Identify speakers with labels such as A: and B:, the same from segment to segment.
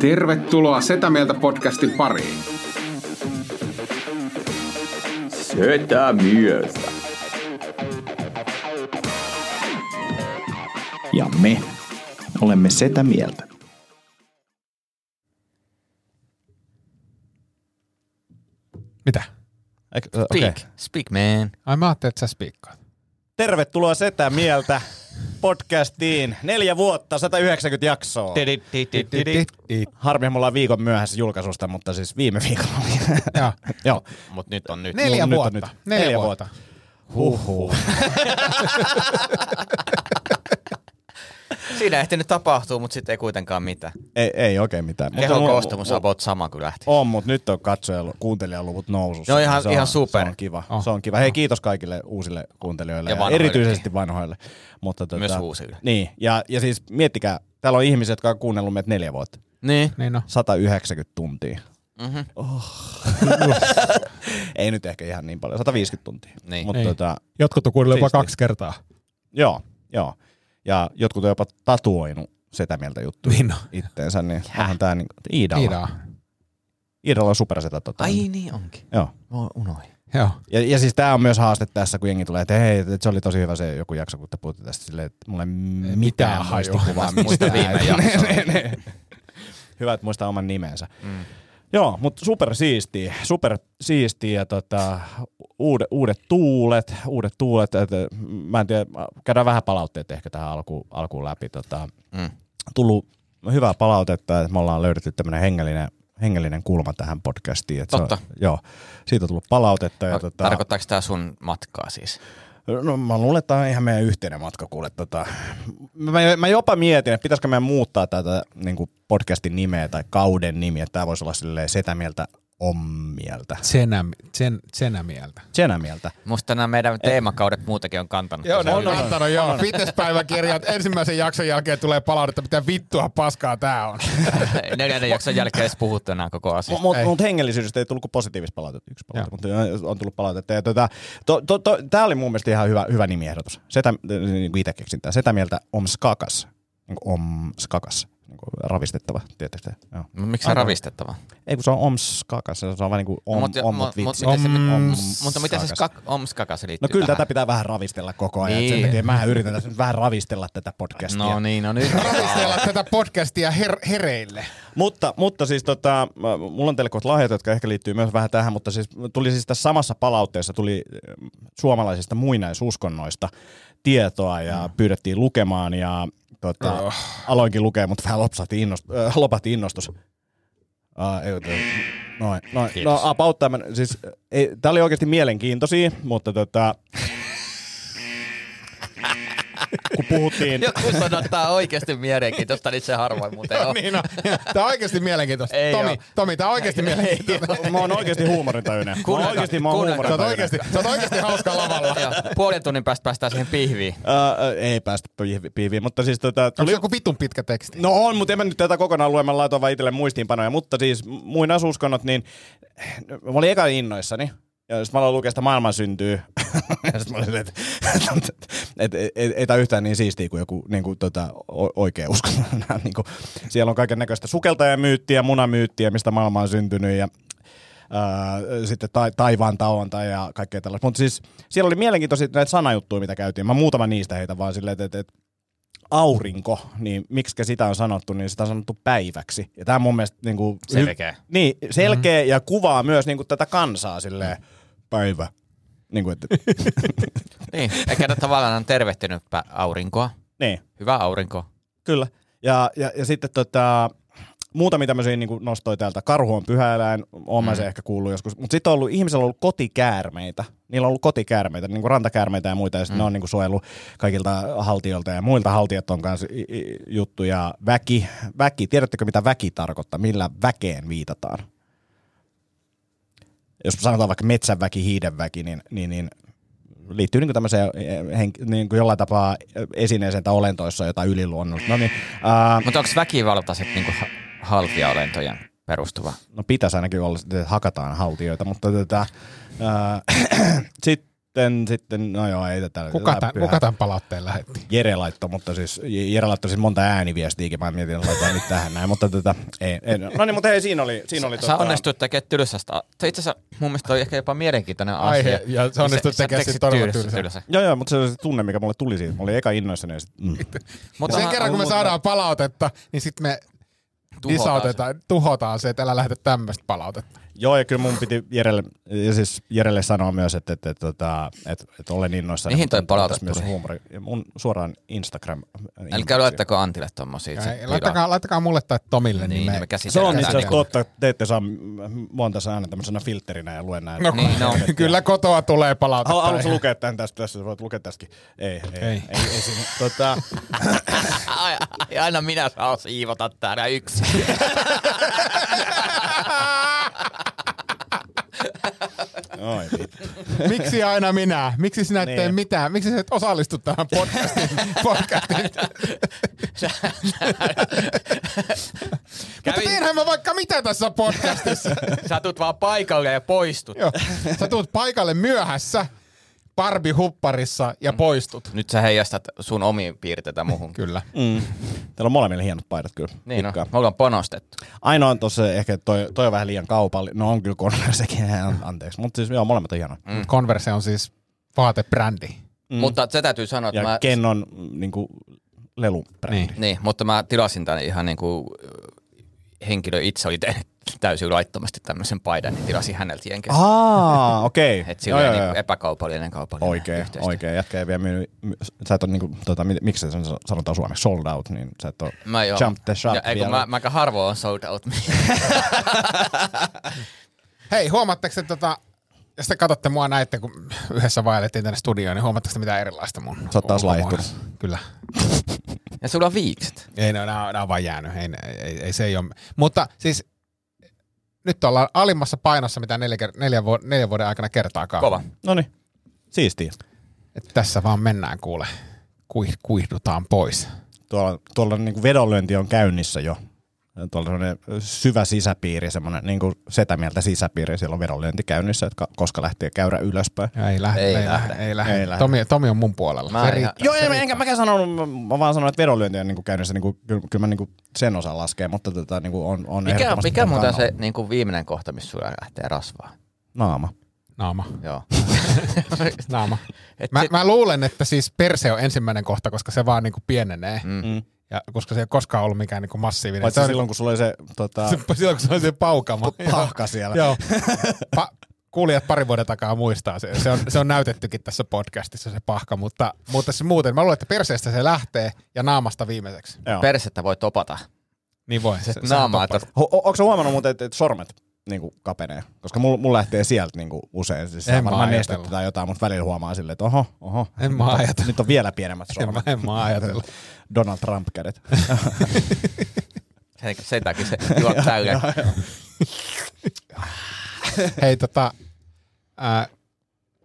A: Tervetuloa Setä Mieltä podcastin pariin.
B: Sötä myötä.
C: Ja me olemme sitä mieltä.
D: Mitä?
E: Eik- ö,
F: Speak,
E: okei.
F: okay. speak man.
D: Ai mä ajattelin, että sä spiikkaat.
E: Tervetuloa Setä Mieltä podcastiin. Neljä vuotta, 190 jaksoa.
F: Tidit, tidit, tidit.
E: Harmi, mulla on viikon myöhässä julkaisusta, mutta siis viime viikolla oli.
D: Joo.
E: Joo.
F: Mut nyt on nyt.
D: Neljä
E: Mun nyt on
D: vuotta.
E: nyt.
D: Neljä,
E: Neljä
D: vuotta.
E: Huhhuh.
F: Siinä ehti nyt tapahtuu, mut sitten ei kuitenkaan mitään.
E: ei, ei oikein mitään. Mutta
F: Kehon
E: mulla-
F: koostumus about sama kun lähti.
E: On, mutta nyt on katsojaluvut, kuuntelijaluvut nousussa.
F: No ihan-
E: se on,
F: ihan super. Oh.
E: Se on kiva. Se on kiva. Hei, kiitos kaikille uusille kuuntelijoille
F: Ja
E: ja, ja
F: vanhoillekin.
E: erityisesti vanhoille. Mutta tota,
F: Myös uusille.
E: Niin, ja, ja siis miettikää, täällä on ihmisiä, jotka on kuunnellut meitä neljä vuotta.
F: Niin. Mhm.
D: Niin no.
E: 190 tuntia. Mm-hmm. Oh. Ei nyt ehkä ihan niin paljon, 150 tuntia.
F: Niin.
E: Mutta tota,
D: Jotkut on kuunnellut jopa
E: Siistiä.
D: kaksi kertaa.
E: joo, joo. Ja jotkut on jopa tatuoinut sitä mieltä juttuja
D: Niin no.
E: itteensä, niin onhan tää niin, Iidalla. Iida.
D: Iidaa.
E: Iidalla on supersetä tatuoinut.
F: Ai niin onkin.
E: Joo.
F: Mä unoin.
D: Joo.
E: Ja, ja siis tämä on myös haaste tässä, kun jengi tulee, että hei, että se oli tosi hyvä se joku jakso, kun te puhutte tästä silleen, että mulla ei mitään,
D: mitään
E: mitään
D: hajua.
E: haistikuvaa
F: Muista
E: mistään.
F: viime jaksoa.
E: Hyvä, että muistaa oman nimensä. Mm. Joo, mutta super siistiä, super siistiä ja tota, uudet, uudet tuulet, uudet tuulet. Et, mä en tiedä, käydään vähän palautteet ehkä tähän alku, alkuun läpi. Tota,
F: Mm.
E: Tullut hyvää palautetta, että me ollaan löydetty tämmöinen hengellinen, hengellinen kulma tähän podcastiin. Et se
F: Totta.
E: On, joo, siitä on tullut palautetta. Ja, tota,
F: Tarkoittaako tää sun matkaa siis?
E: No mä luulen, että tämä on ihan meidän yhteinen matka, kuule. Tota. Mä, mä, jopa mietin, että pitäisikö meidän muuttaa tätä niin podcastin nimeä tai kauden nimiä. Tämä voisi olla silleen setä mieltä, om mieltä.
D: Senä, sen, senä mieltä.
E: Senä mieltä.
F: Musta nämä meidän teemakaudet muutenkin on kantanut.
D: Joo, ne
F: tosi
D: on
F: hyvin.
D: antanut joo. Fitnesspäiväkirjat ensimmäisen jakson jälkeen tulee palautetta, mitä vittua paskaa tää on.
F: Neljännen jakson jälkeen edes puhuttu enää koko asiasta.
E: Mutta mut hengellisyydestä ei tullut kuin positiivista palautetta. Yksi palautetta, mutta on tullut palautetta. Ja tota, to, to, to, tämä oli mun mielestä ihan hyvä, hyvä nimiehdotus. Setä, niin kuin itse keksin tämän. Setä mieltä om skakas. Niin kuin om skakas. Niin kuin ravistettava, tietysti. Joo.
F: Mut Miksi se on ravistettava?
E: Ei kun se on om skakas. Se on vähän niin kuin om,
F: No, Mut-
E: om,
F: mut-
E: mut vitsi.
F: mut miten se-
E: Om
F: Mutta miten se
E: skakas.
F: skak- omskakas liittyy
E: No kyllä
F: tähän?
E: tätä pitää vähän ravistella koko ajan.
F: Niin.
E: Niin. Sen takia mä yritän tässä nyt vähän ravistella tätä podcastia.
F: No niin, no nyt.
D: Ravistella tätä podcastia her- hereille.
E: Mutta, mutta siis tota, mä- mulla on teille kohta lahjat, jotka ehkä liittyy myös vähän tähän, mutta siis tuli siis tässä samassa palautteessa tuli äh, suomalaisista muinaisuskonnoista tietoa ja mm. pyydettiin lukemaan ja tota, oh. aloinkin lukea, mutta vähän lopsahti innost, äh, lopahti innostus. Ah, ei, tuo- noin, noin. No about tämän, siis, äh, ei, tää oli oikeasti mielenkiintoisia, mutta tota, kun puhuttiin...
F: Joku sanoo, että tää on oikeasti mielenkiintoista, niin se harvoin muuten on.
D: Niin no. Tää on oikeasti mielenkiintoista.
F: Ei
D: Tomi,
F: oo.
D: Tomi, tää on oikeasti mielenkiintoista.
E: Mä oon oikeesti huumorintajuinen. Mä oon
F: Kuunnelkaa,
E: oikeesti mä oon
F: kuunnelkaa.
D: Sä oot
E: huumorintajuinen.
D: oikeasti, sä oot oikeasti hauska lavalla.
F: Joo, puolen tunnin päästä päästään siihen pihviin.
E: Öö, ei päästä piivi- piiviin, mutta siis tota,
D: Onko
E: tuli...
D: se joku vitun pitkä teksti?
E: No on, mutta en mä nyt tätä kokonaan lue, mä laitoin vaan itselle muistiinpanoja, mutta siis muin asuskonnot, niin mä olin eka innoissani, ja sitten mä aloin lukea sitä maailman syntyy, ja sitten mä olin, että et, et, et, ei tää yhtään niin siistiä kuin joku niin kuin, tota, o- oikea uskonto. Nää niin kuin, siellä on kaiken näköistä sukeltajamyyttiä, munamyyttiä, mistä maailma on syntynyt, ja ää, sitten ta- taivaan taonta ja kaikkea tällaista. Mutta siis siellä oli mielenkiintoisia näitä sanajuttuja, mitä käytiin. Mä muutama niistä heitä vaan silleen, että, että aurinko, niin miksi sitä on sanottu, niin sitä on sanottu päiväksi. Ja tämä on mun mielestä niin kuin,
F: Selkeä.
E: niin, selkeä ja kuvaa myös niin kuin, tätä kansaa silleen, päivä. Niin kuin, että,
F: Niin, eikä ne tavallaan on tervehtinyt pä- aurinkoa.
E: niin,
F: Hyvä aurinko.
E: kyllä. Ja, ja, ja sitten tota, muutamia tämmöisiä niin nostoi täältä. Karhu on pyhäeläin, oon mä se ehkä kuullut joskus. Mutta sitten on ollut, ihmisillä on ollut kotikäärmeitä. Niillä on ollut kotikäärmeitä, niin kuin rantakäärmeitä ja muita. Ja sitten ne on niin kuin suojellut kaikilta haltijoilta ja muilta haltijat on kanssa i- i- juttu. Ja väki, väki, tiedättekö mitä väki tarkoittaa? Millä väkeen viitataan? Jos sanotaan vaikka metsänväki, hiidenväki, niin, niin, niin liittyy niin tämmöiseen eh, henk- niin kuin jollain tapaa esineeseen tai olentoissa jotain yliluonnollista. No niin, ää,
G: Mutta onko väkivaltaiset niinku ha- haltijaolentojen perustuva?
E: no pitäisi ainakin olla, että hakataan haltijoita, mutta tätä, ää, sitten, sitten, no joo, ei tätä.
D: Kuka
E: tää
D: tämän,
E: pyhä-
D: kuka tämän palautteen lähetti?
E: Jere laittoi, mutta siis Jere laittoi siis monta ääniviestiäkin, mä mietin, että laitetaan nyt tähän näin, mutta tätä, ei, ei. No niin, mutta hei, siinä oli, siinä oli
G: Sä tota... onnistuit tekemään tylsästä. Se itse asiassa mun mielestä oli ehkä jopa mielenkiintoinen
D: Aihe,
G: asia.
D: ja sä onnistuit tekemään
G: teksit
D: siitä todella
G: tylsä-
D: tylsän.
G: tylsän.
E: Joo, joo, mutta se oli se tunne, mikä mulle tuli siitä. Mä olin eka innoissani ja sit, mm.
G: Mutta
D: Sen
G: mä-
D: kerran, kun me
E: mutta-
D: saadaan palautetta, niin sitten me
G: Tuhotaan
D: disautetaan, tuhotaan se, että älä lähetä tämmöistä palautetta.
E: Joo, ja kyllä mun piti Jerelle, ja siis Jerelle sanoa myös, että, että, että, että, että, että olen innoissani.
G: Mihin toi
E: mutta on
G: palaute
E: tässä myös
G: tuli?
E: huumori. Ja mun suoraan Instagram. Niin.
G: Älkää luettako Antille tommosia.
D: Ja
G: se
D: ei,
G: pilaa.
D: Laittakaa, laittakaa mulle tai Tomille, niin,
G: Niin,
D: niin
G: niin me
D: me...
E: Se on
G: käsitellään.
E: itse asiassa
G: sitä.
E: totta, te ette saa, m- mä oon tässä aina tämmöisenä filtterinä ja luen näin.
D: No,
G: Niin, no.
D: Kyllä kotoa tulee palautetta.
E: Halu, haluatko lukea tämän tästä? Tässä voit lukea tästäkin. Ei, ei, ei. ei, ei siinä. tota,
G: Ai- ai- Aina minä saan siivota täällä yksin.
E: oi, niin. vittu.
D: Miksi aina minä? Miksi sinä et
E: Niin.
D: tee mitään? Miksi sä et osallistu tähän podcastiin? podcastiin? Mutta
G: Kävin-
D: teenhän mä vaikka mitä tässä podcastissa.
G: Sä tulet vaan paikalle ja poistut.
D: Joo. Sä tulet paikalle myöhässä, Barbie hupparissa ja
E: Mm.
D: poistut.
G: Nyt sä heijastat sun omiin piirteitä muuhun.
D: Kyllä.
E: Mm. Teillä on molemmilla hienot paidat kyllä.
G: Niin no,
E: Tykkään.
G: me ollaan panostettu.
E: Ainoa on tuossa ehkä, toi, toi on vähän liian kaupallinen. No on kyllä Conversekin, anteeksi. Mutta siis joo, molemmat on hienoja.
D: Mm. Converse on siis vaatebrändi.
G: Mm. Mutta se täytyy sanoa, että
E: Ja
G: mä...
E: mä... Ken on niin kuin, lelubrändi. Niin.
G: Niin, mutta mä tilasin tämän ihan niin kuin henkilö itse oli tehnyt täysin laittomasti tämmöisen paidan, niin tilasin häneltä jenkeä.
E: Aa, okei.
G: Että
E: Joo,
G: sillä oli
E: joo,
G: niin
E: joo.
G: epäkaupallinen kaupallinen
E: Oikein,
G: yhteistyö.
E: oikein. Jätkä ei vielä myynyt, my- sä et ole niinku, tota, mi- miksi se san- sanotaan suomeksi, sold out, niin sä et ole
G: Mä joo.
E: jump the shop
G: Ja, ei, kun
E: vielä.
G: mä, mä aika harvoin on sold out.
D: Hei, huomaatteko te tota, jos te katsotte mua näitte, kun yhdessä vaellettiin tänne studioon, niin huomaatteko te mitä erilaista mun
E: Sä oot taas
D: ulkomuodossa?
E: laihtunut.
D: Kyllä.
G: ja sulla on viikset.
D: Ei, no, nämä, on- nämä on vaan jäänyt. Ei, ne- ei, ei, se ei ole. Mutta siis nyt ollaan alimmassa painossa, mitä neljä, ker- neljä, vu- neljän vuoden aikana kertaakaan.
G: Kova.
E: Noniin, siistiä.
D: Et tässä vaan mennään kuule. Kuih, kuihdutaan pois.
E: Tuolla, tuolla niinku vedonlyönti on käynnissä jo. Tuolla semmoinen syvä sisäpiiri, semmoinen niinku setä mieltä sisäpiiri, siellä on vedonlyönti käynnissä, että ka- koska lähtee käyrä ylöspäin.
D: Ei lähde, ei,
G: Ei
D: ei lähde,
G: lähde.
D: ei lähde.
E: Ei lähde.
D: Tomi, Tomi on mun puolella.
G: Mä
D: Se
G: en
D: riittää.
G: ihan-
E: Joo, en, enkä mäkään sanonut, mä- mä vaan sanoin, että vedonlyönti on niinku käynnissä, niinku, kyllä, kyllä mä niinku sen osan laskee, mutta tota, niinku on, on
G: Mikä,
E: ehdottomasti
G: mikä
E: ton
G: muuten
E: kannalla.
G: se niin kuin viimeinen kohta, missä sulla lähtee rasvaa?
E: Naama.
D: Naama.
G: Joo.
D: Naama.
G: Et
D: Mä,
G: se-
D: mä luulen, että siis perse on ensimmäinen kohta, koska se vaan niinku pienenee. Mm. Ja koska se ei ole koskaan ollut mikään niinku massiivinen.
E: Paitsi
D: se on
E: silloin, kun sulla oli se, tota,
D: Se, silloin kun se on se paukama.
E: pahka siellä.
D: Joo. Pa- kuulijat parin vuoden takaa muistaa se. Se on, se on näytettykin tässä podcastissa se pahka, mutta, mutta se muuten. Mä luulen, että perseestä se lähtee ja naamasta viimeiseksi.
E: Joo.
G: Persettä voi topata.
D: Niin voi. Se, sehän
G: Naamaa
D: toppaa.
G: tosta-
E: Ho- o- Onko sä huomannut muuten, että, että sormet niinku kapenee? Koska mulla mul lähtee sieltä niinku usein. Siis
D: En
E: en
D: mä
E: varmaan
D: ajatellut.
E: nestettä tai jotain, mutta välillä huomaa silleen, että oho, oho.
D: En mä ajatellut.
E: Nyt on vielä pienemmät
D: En mä,
E: sormet.
D: en mä ajatellut.
E: Donald Trump kädet.
G: Sen, sen takia se juo täyden.
D: Hei tota, ää,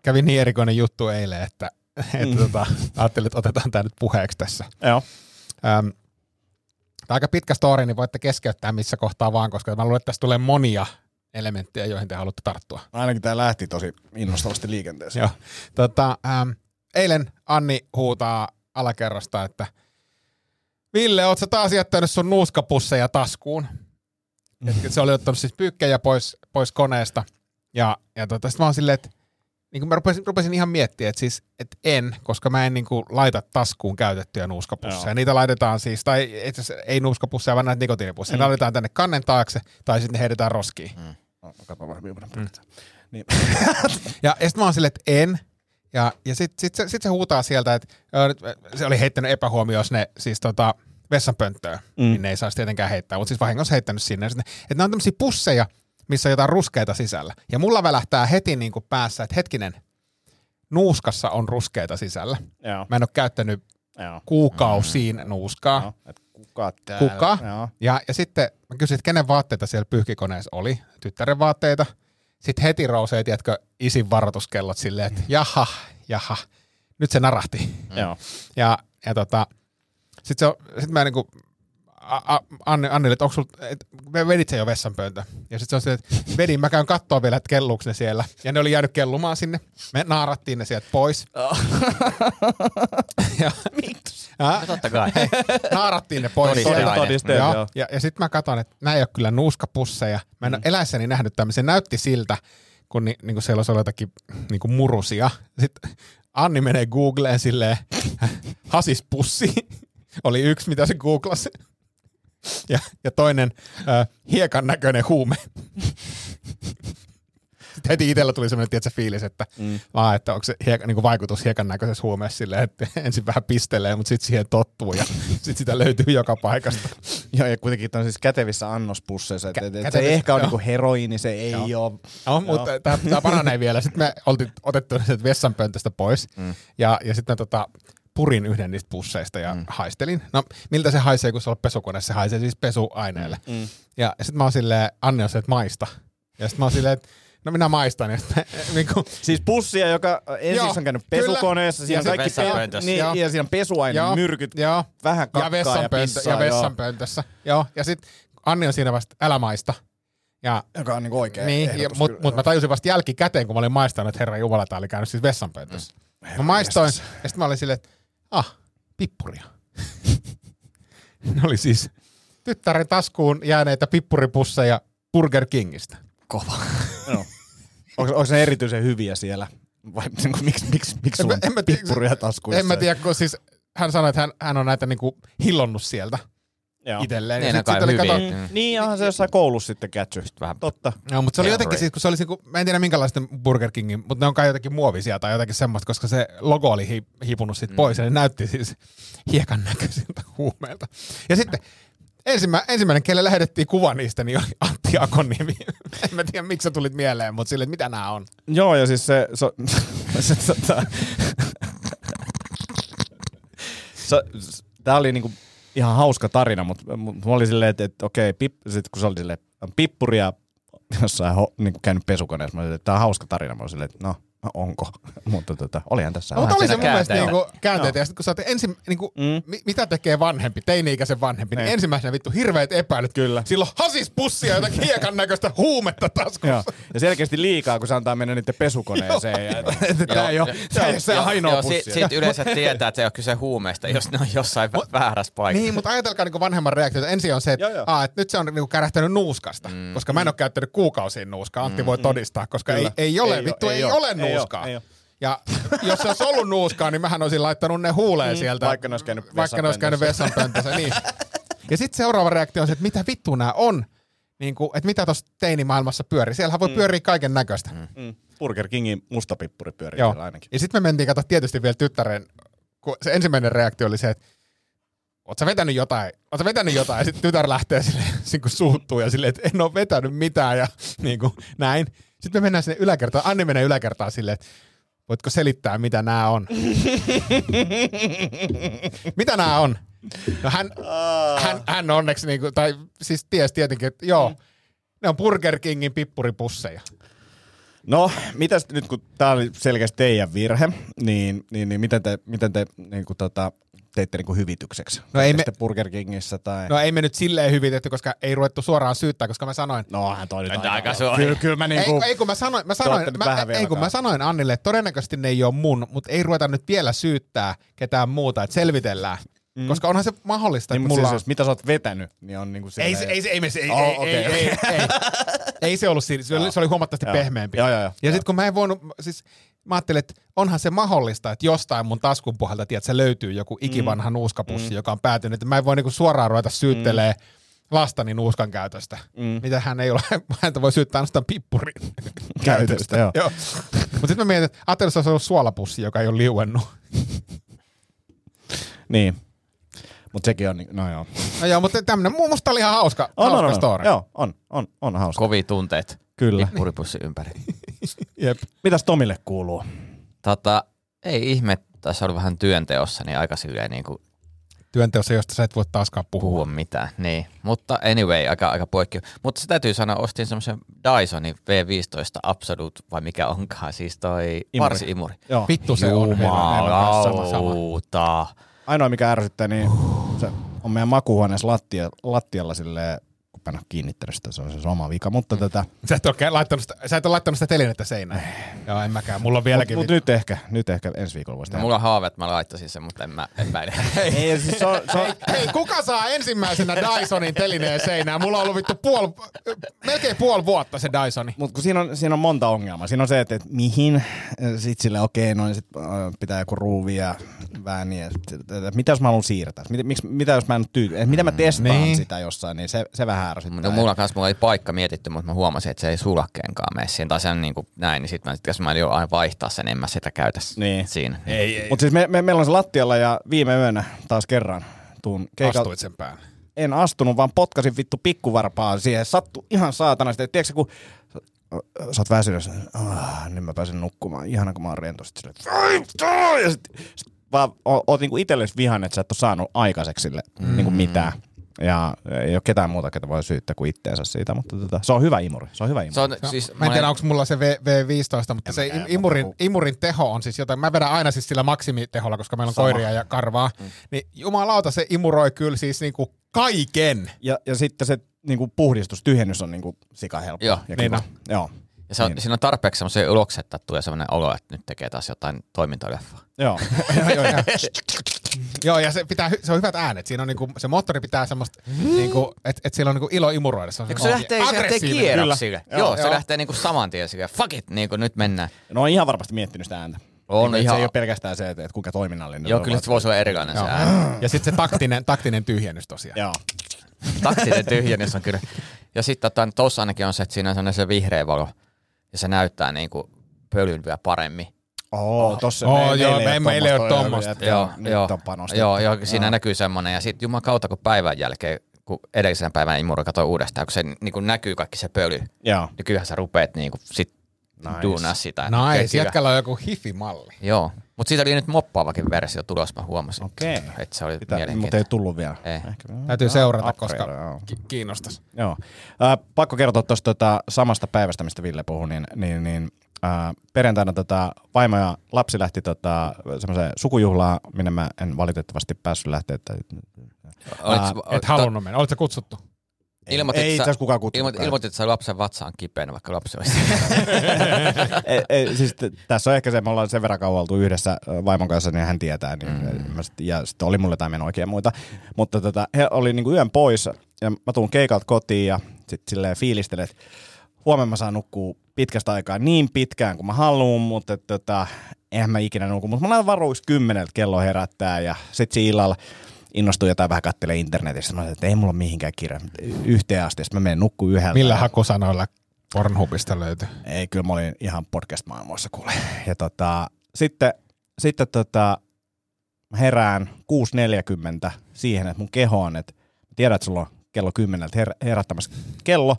D: kävi niin erikoinen juttu eilen, että, että tota, ajattelin, että otetaan tämä nyt puheeksi tässä.
E: Joo.
D: Öm, tää on aika pitkä story, niin voitte keskeyttää missä kohtaa vaan, koska mä luulen, että tässä tulee monia elementtejä, joihin te haluatte tarttua.
E: Ainakin tää lähti tosi innostavasti liikenteeseen.
D: Joo. Tota, ähm, eilen Anni huutaa alakerrasta, että Ville, oot sä taas jättänyt sun nuuskapusseja taskuun? Et se oli ottanut siis pyykkejä pois, pois koneesta. Ja, ja tota, sit mä oon silleen, että niin kun mä rupesin, rupesin ihan miettimään, että siis, et en, koska mä en niin kuin laita taskuun käytettyjä nuuskapusseja.
E: Joo.
D: Niitä laitetaan siis, tai itse asiassa ei nuuskapusseja, vaan näitä nikotiinipusseja. Mm. Ne laitetaan tänne kannen taakse, tai sitten ne heitetään roskiin. Mm.
E: No, Kato vähän millainen pöydä. Niin.
D: Ja, ja sitten mä oon silleen, että en. Ja, ja sitten sit, se- sit se huutaa sieltä, että ö, nyt, ö, se oli heittänyt epähuomioon ne siis tota, vessanpönttöön, mm. niin ne ei saisi tietenkään heittää, mutta siis vahingossa heittänyt sinne. Että nämä on tämmöisiä pusseja, missä on jotain ruskeita sisällä. Ja mulla välähtää heti niin kuin päässä, että hetkinen, nuuskassa on ruskeita sisällä.
E: Joo.
D: Mä en ole käyttänyt
E: Joo.
D: kuukausiin
E: Mm.
D: nuuskaa.
E: Joo. Et kuka täällä?
D: kuka.
E: Joo.
D: Ja, ja sitten mä kysyin, että kenen vaatteita siellä pyyhkikoneessa oli, tyttären vaatteita. Sitten heti rousee, tiedätkö, isin varoituskellot silleen, että jaha, jaha, nyt se narahti.
E: Joo.
D: Ja, ja tota, sitten sit mä niinku, a, a, Anni, Annille, että onko sul, et, vedit sä jo vessanpöntö? Ja sitten se on silleen, että vedin, mä käyn kattoa vielä, että kelluuks ne siellä. Ja ne oli jäänyt kellumaan sinne. Me naarattiin ne sieltä pois. ja, ja,
G: Totta kai.
D: naarattiin ne
E: No
D: pois.
E: niin.
G: Todisteet.
D: sieltä.
E: Todisteet,
D: Joo.
E: joo.
D: Ja, ja sitten mä katson, että nämä ei ole kyllä nuuskapusseja. Mä en mm. ole eläissäni nähnyt tämmöisen. Se näytti siltä, kun ni, niinku siellä olisi ollut jotakin niinku murusia. Sitten Anni menee Googleen silleen, hasispussi oli yksi, mitä se googlasi. Ja, ja toinen äh, hiekan näköinen huume. Sitten heti itsellä tuli semmoinen tiedätkö, fiilis, että, mm. vaan, että onko se hieka, niin vaikutus hiekan näköisessä huumeessa silleen, että ensin vähän pistelee, mutta sitten siihen tottuu ja sitten sitä löytyy joka paikasta.
E: Joo, ja kuitenkin on siis kätevissä annospusseissa. Et,
D: Kä-
E: et, et se
D: kätevissä,
E: ehkä on
D: joo.
E: niinku heroini, se ei joo. ole.
D: No, mutta tämä, tämä paranee vielä. Sitten me oltiin otettu sieltä vessanpöntöstä pois mm. ja, ja sitten mä tota, purin yhden niistä pusseista ja mm. haistelin. No, miltä se haisee, kun se on pesukoneessa? Se haisee siis pesuaineelle. Mm. Ja, ja sitten mä oon silleen, Anne on se, että maista. Ja sitten mä oon silleen, että no minä maistan. Ja sitten niin kuin,
E: Siis pussia, joka ensin
D: Joo,
E: on käynyt
D: kyllä.
E: pesukoneessa, siinä
D: Ja
E: on
D: se
E: kaikki pe-
G: vessanpöntössä.
E: niin,
D: Joo.
E: ja siinä on
D: Joo,
E: pesuaine, myrkyt,
D: joo.
E: vähän kakkaa
D: ja vessanpöntö,
E: pissaa,
D: ja vessanpöntössä. Joo, ja sitten Anni on siinä vasta, älä maista. Ja,
E: joo. joka on niinku oikein.
D: niin, ja, mut, mut mä tajusin vasta jälkikäteen, kun mä olin maistanut, että herra Jumala, tää oli käynyt siis vessanpöntössä. Mm. Mä maistoin, ja sitten mä olin silleen, että ah, pippuria. ne oli siis tyttären taskuun jääneitä pippuripusseja Burger Kingistä.
E: kova. Joo. Onko, onko ne erityisen hyviä siellä? Vai niinku, miksi miksi miksi sulla
D: en mä
E: on
D: tiedä-
E: pippuria taskuissa?
D: En mä tiedä, kun siis hän sanoi, että hän, hän on näitä niinku hillonnut sieltä
E: Joo.
D: itselleen.
G: Niin,
D: Ja sit-
G: ainakaan
D: sit oli, kato-
G: hyviä. Mm.
E: Niin, onhan se jossain koulussa sitten kätsy.
G: Vähän-
E: Totta.
D: Joo, mutta se oli
G: Ihan
D: jotenkin
G: right.
D: siis, kun se oli, niinku, mä en tiedä minkälaisten Burger Kingin, mutta ne on kai jotenkin muovisia tai jotakin semmoista, koska se logo oli hi, hiipunut sit pois ja ne näytti siis hiekan näköisiltä huumeilta. Ja sitten ensimmä, ensimmäinen, kelle lähetettiin kuva niistä, niin oli Antti Akon nimi. en mä tiedä, miksi sä tulit mieleen, mutta sille, että mitä nämä on.
E: Joo, ja siis se... se, se, tota- se, se, se, se Tämä oli niinku ihan hauska tarina, mutta mut mä olin silleen, että, että okei, pip, sit kun se oli silleen, että pippuria jossain ho, niinku käynyt pesukoneessa, mä olin silleen, että tämä on hauska tarina, mä olin silleen, että no, no onko, mutta tota, olihan tässä.
D: No, mutta
E: vähän
D: oli se
G: siinä
D: mun mielestä
G: käänteellä.
D: niinku käänteitä. Ja sitten kun sä oot ensin, niinku, mm. mi, mitä tekee vanhempi, teini-ikäisen vanhempi, niin
E: Niin.
D: ensimmäisenä vittu hirveät epäilyt.
E: Kyllä.
D: Silloin hasispussia jotakin hiekan näköistä huumetta taskussa.
E: Joo. Ja selkeästi liikaa, kun se antaa mennä niiden pesukoneeseen. ja, että tämä ei ole, tämä ei ole se
G: Joo,
E: ainoa
G: joo,
E: pussi.
G: si- Siitä yleensä tietää, että se ei ole kyse huumeista, jos ne on jossain vä- väärässä paikassa.
D: Niin, mutta ajatelkaa niinku vanhemman reaktiota. Ensin on se, että
E: Joo, joo.
D: aa, et nyt se on niinku kärähtänyt nuuskasta, mm. koska mä en ole käyttänyt kuukausiin nuuskaa. Antti mm. voi todistaa, koska ei,
E: Kyllä.
D: ei ole,
E: Ei oo,
D: vittu,
E: ei
D: ei,
E: oo,
D: ole
E: ei
D: nuuskaa.
E: oo, ei oo.
D: Ja jos se olisi ollut nuuskaa, niin mähän olisin laittanut ne huuleen sieltä.
E: Mm, vaikka ne olisi käynyt
D: Vaikka ne olisi käynyt vessanpöntössä. niin. Ja sitten seuraava reaktio on se, että mitä vittu nämä on. Niin kuin, että mitä tuossa teinimaailmassa pyörii. Siellähän voi mm. pyöriä kaiken näköistä. Mm.
E: Mm. Burger Kingin mustapippuri pyörii
D: Joo.
E: siellä ainakin.
D: Ja sitten me mentiin kato tietysti vielä tyttären, kun se ensimmäinen reaktio oli se, että oot sä vetänyt jotain, oot sä vetänyt jotain, ja sitten tytär lähtee sille, sille kun suuttuu ja silleen, että en oo vetänyt mitään ja niin kuin, näin. Sitten me mennään sinne yläkertaan, Anni menee yläkertaan silleen, että voitko selittää, mitä nämä on? mitä nämä on? No hän, hän, hän onneksi, niinku, tai siis ties tietenkin, että joo, ne on Burger Kingin pippuripusseja.
E: No, mitäs nyt kun tämä oli selkeästi teidän virhe, niin, niin, niin miten te, miten te niin kuin, tota, teitte niin kuin hyvitykseksi?
D: No ei me-
E: Sitten Burger Kingissä tai...
D: No ei me nyt silleen hyvitetty, koska ei ruvettu suoraan syyttää, koska mä sanoin.
E: no onhan toi nyt
G: Nyt aika suora.
E: Kyllä, kyllä mä
D: Ei,
E: niinku...
D: kun- ei kun mä sanoin, mä
E: Te olette
D: sanoin,
E: nyt
D: mä,
E: vähän
D: ei, kun mä
E: velkaa.
D: sanoin Annille, että todennäköisesti ne ei ole mun, mutta ei ruveta nyt vielä syyttää ketään muuta, että selvitellään. Mm. Koska onhan se mahdollista,
E: Niin,
D: että
E: mut
D: mulla
E: siis,
D: on...
E: jos mitä sä oot vetänyt, niin on niinku
D: Ei
E: silleen-
D: se, ei se, ei, me se- ei,
E: Oh,
D: ei,
E: okei.
D: ei, ei, ei, ei se ollut siinä. Se oli, se oli huomattavasti
E: Joo.
D: pehmeämpi.
E: Joo, joo, joo.
D: Ja sitten kun mä en voinut, siis mä ajattelin, että onhan se mahdollista, että jostain mun taskun puolelta, tiedät, se löytyy joku ikivanha mm. nuuskapussi, mm. joka on päätynyt. Että Mä en voi niinku suoraan ruveta syyttelee mm. lastani nuuskan käytöstä. Mm. Mitä hän ei ole, häntä voi syyttää ainoastaan pippurin
E: käytöstä. Joo.
D: Joo. Mutta sitten mä mietin, että ajattelin, että se olisi ollut suolapussi, joka ei ole liuennut.
E: Niin. Mutta sekin on, niin- no joo.
D: No joo, mutta tämmönen, mun musta oli ihan hauska,
E: On,
D: hauska
E: on, on,
D: story.
E: Joo, on, on, on hauska.
G: Kovi tunteet. Niin.
E: Kyllä.
G: Puripussi ympäri.
D: Jep.
E: Mitäs Tomille kuuluu?
G: Tota, ei ihme, tässä oli vähän työnteossa, niin aika silleen niin kuin
D: Työnteossa, josta sä et voi taaskaan puhua.
G: puhua mitään. Niin. Mutta anyway, aika, aika poikki. Mutta se täytyy sanoa, ostin semmoisen Dysonin V15 Absolute, vai mikä onkaan, siis toi
E: Imuri.
G: varsiimuri.
E: Joo.
D: Vittu se on. Sama, sama.
G: Jumalauta.
E: Ainoa mikä ärsyttää, niin se on meidän makuuhuoneessa lattia, lattialla silleen, kun mä en ole kiinnittänyt sitä, se on se sun oma vika, mutta tätä.
D: Sä et, oikein laittanut sitä, sä et ole laittanut sitä telinettä seinään. Joo, en mäkään. Mulla on vieläkin.
E: Mut, mut nyt ehkä, nyt ehkä ensi viikolla voisi
G: No,
E: tehdä.
G: mulla on haave, että mä laittaisin sen, mutta en mä, en mä edes.
E: Ei, siis se on, se on,
D: Hei, kuka saa ensimmäisenä Dysonin telineen seinään? Mulla on ollut vittu puoli, melkein puoli vuotta se Dysoni.
E: Mutta kun siinä on, siinä on monta ongelmaa. Siinä on se, että, että mihin, sitten sille okei, okay, no sit äh, pitää joku ruuvi ja vääni. Ja sit, että, että mitä jos mä haluan siirtää? Mit, miksi, mitä jos mä en tyy... Että mitä mä testaan
D: Niin.
E: niin. sitä jossain, niin se, se vähän ärsyttää.
G: No mulla kanssa mulla oli paikka mietitty, mutta mä huomasin, että se ei sulakeenkaan mene siihen. Tai se on niin kuin näin, niin sit mä, sit, jos mä en jo aina vaihtaa sen, en mä sitä käytä
E: Niin.
G: siinä.
E: Mutta siis me, me, meillä on se lattialla ja viime yönä taas kerran tuun keikalta.
D: Astuit sen päälle.
E: en astunut, vaan potkasin vittu pikkuvarpaa siihen. Sattu ihan saatana sitten. Tiedätkö, kun sä oot väsynyt, sä- ah, nyt mä pääsen nukkumaan. Ihana, kun mä oon rento. Sitten silleen, "Ai, vittu!" ja sit, sit vaan o- oot niinku itsellesi vihan, että sä et ole saanut aikaiseksi sille niinku
D: Mm.
E: mitään. Ja ei ole ketään muuta, ketä voi syyttää kuin itteensä siitä, mutta tota, se on hyvä imuri. Se on hyvä imuri.
G: Se on, siis,
D: No, Mä en tiedä,
G: monen-
D: onko mulla se V- V15, mutta se im- imurin, imurin teho on siis jotain. Mä vedän aina siis sillä maksimiteholla, koska meillä on
E: Sama.
D: koiria ja karvaa. Niin jumalauta, se imuroi kyllä siis niinku kaiken.
E: Ja, ja sitten se niinku puhdistus, tyhjennys on niinku sikahelppo.
G: Joo,
E: ja
G: niin
E: kiva.
G: on.
E: Joo.
G: Ja se on,
E: Niin.
G: siinä on tarpeeksi semmoisia uloksettaa tulee semmoinen olo, että nyt tekee taas jotain toimintaleffaa.
E: Joo.
D: joo, joo. joo, ja se, pitää, hy- se on hyvät äänet. Siinä on niinku, se moottori pitää semmoista, niinku, että et sillä on niinku ilo imuroida. Se, on
G: Ja kun se
D: semmoinen
G: lähtee, se lähtee
D: aggressiivinen.
G: kierroksille.
E: Kyllä.
G: Joo,
E: Joo,
G: joo, se
E: joo.
G: lähtee niinku saman tien sille. Fuck it, niinku nyt mennään.
E: No on ihan varmasti miettinyt sitä ääntä.
G: On
E: Niinku, et
G: ihan-
E: Se ei ole pelkästään se, että, että kuinka toiminnallinen.
G: Joo,
E: se on,
G: kyllä
E: vaan-
G: se voisi olla erilainen se
D: Joo.
G: ääni.
D: Ja sitten se taktinen, taktinen tyhjennys tosiaan.
E: Joo.
G: Taksinen tyhjennys niin on kyllä. Ja sitten tota, tuossa ainakin on se, että siinä on sellainen se vihreä valo. Ja se näyttää niinku pölyn vielä paremmin.
E: Oo, tossa
D: Oo, joo, me- meillä ei ole tommosta.
E: jätkä,
G: Joo,
E: nyt
G: joo,
E: on panostettu.
G: joo, joo, siinä näkyy semmoinen. Ja sitten juman kautta, kun päivän jälkeen, kun edellisen päivän imuri katsoi uudestaan, kun se niinku näkyy kaikki se pöly,
E: Joo.
G: niin kyllähän sä rupeat niinku sit nice. duunaa sitä.
D: Nice,
G: Kyllä.
D: jätkällä on joku hifimalli.
G: Joo, mutta siitä oli nyt moppaavakin versio tulos, mä huomasin.
E: Okei.
G: Että se oli
E: Pitää, mutta ei
G: mielenkiintoista.
E: tullut vielä.
G: Ei.
D: Täytyy seurata,
E: upgrade,
D: koska
E: joo.
D: ki- kiinnostaisi.
E: Joo. Äh, pakko kertoa tuosta tota, samasta päivästä, mistä Ville puhui, niin, niin, niin äh, perjantaina tota, vaimo ja lapsi lähti tota, semmoiseen sukujuhlaan, minne mä en valitettavasti päässyt lähteä. Että,
G: Oliko-
D: Ah, Et
G: to-
D: halunnut mennä. Oletko kutsuttu?
G: Ilmoitit
E: ei
G: sä-
E: itse asiassa kukaan
G: Ilmoit,
E: kutsunut.
G: ilmoitit, että sä lapsen vatsaan kipeänä, vaikka lapsi olisi.
E: ei, ei, siis t- tässä on ehkä se, me ollaan sen verran kauan oltu yhdessä ö, vaimon kanssa, niin hän tietää, niin mm. mä sit, ja sitten oli mulle jotain menoikia ja muita. Mutta tota, he oli niinku yön pois, ja mä tuun keikalta kotiin, ja sitten silleen fiilistelen, että huomenna mä saan nukkua pitkästä aikaa niin pitkään kuin mä haluan, mutta et tota, eihän mä ikinä nuku. Mutta mä laitan varuiksi kymmeneltä kello herättää, ja sitten siinä illalla innostuu jotain vähän kattelee internetistä. Mä sanoin, että ei mulla ole mihinkään kirja. Yhteen asti, sitten mä menen nukkuu yhdeltä.
D: Millä
E: Ja-
D: hakusanoilla Pornhubista löytyy?
E: ei, kyllä mä olin ihan podcast-maailmoissa kuule. Ja tota, sitten, sitten tota, mä herään 6.40 siihen, että mun keho on, että mä tiedän, että sulla on kello 10 her- herättämässä kello,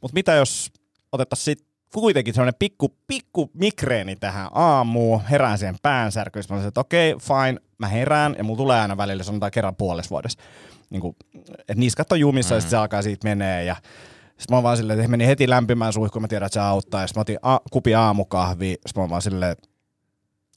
E: mutta mitä jos otettaisiin sit kuitenkin semmoinen pikku, pikku migreeni tähän aamuun, herään siihen päänsärkyyn, sit mä olisin, että okei, fine, mä herään, ja mulla tulee aina välillä sanotaan kerran puolessa vuodessa, niin kuin, että niskat on jumissa, mm. ja sit se alkaa siitä menee, ja sitten mä oon vaan silleen, että meni heti lämpimään suihkuun, mä tiedän, että se auttaa. Ja sitten mä otin a- kupi aamukahvi, sitten mä oon vaan silleen, että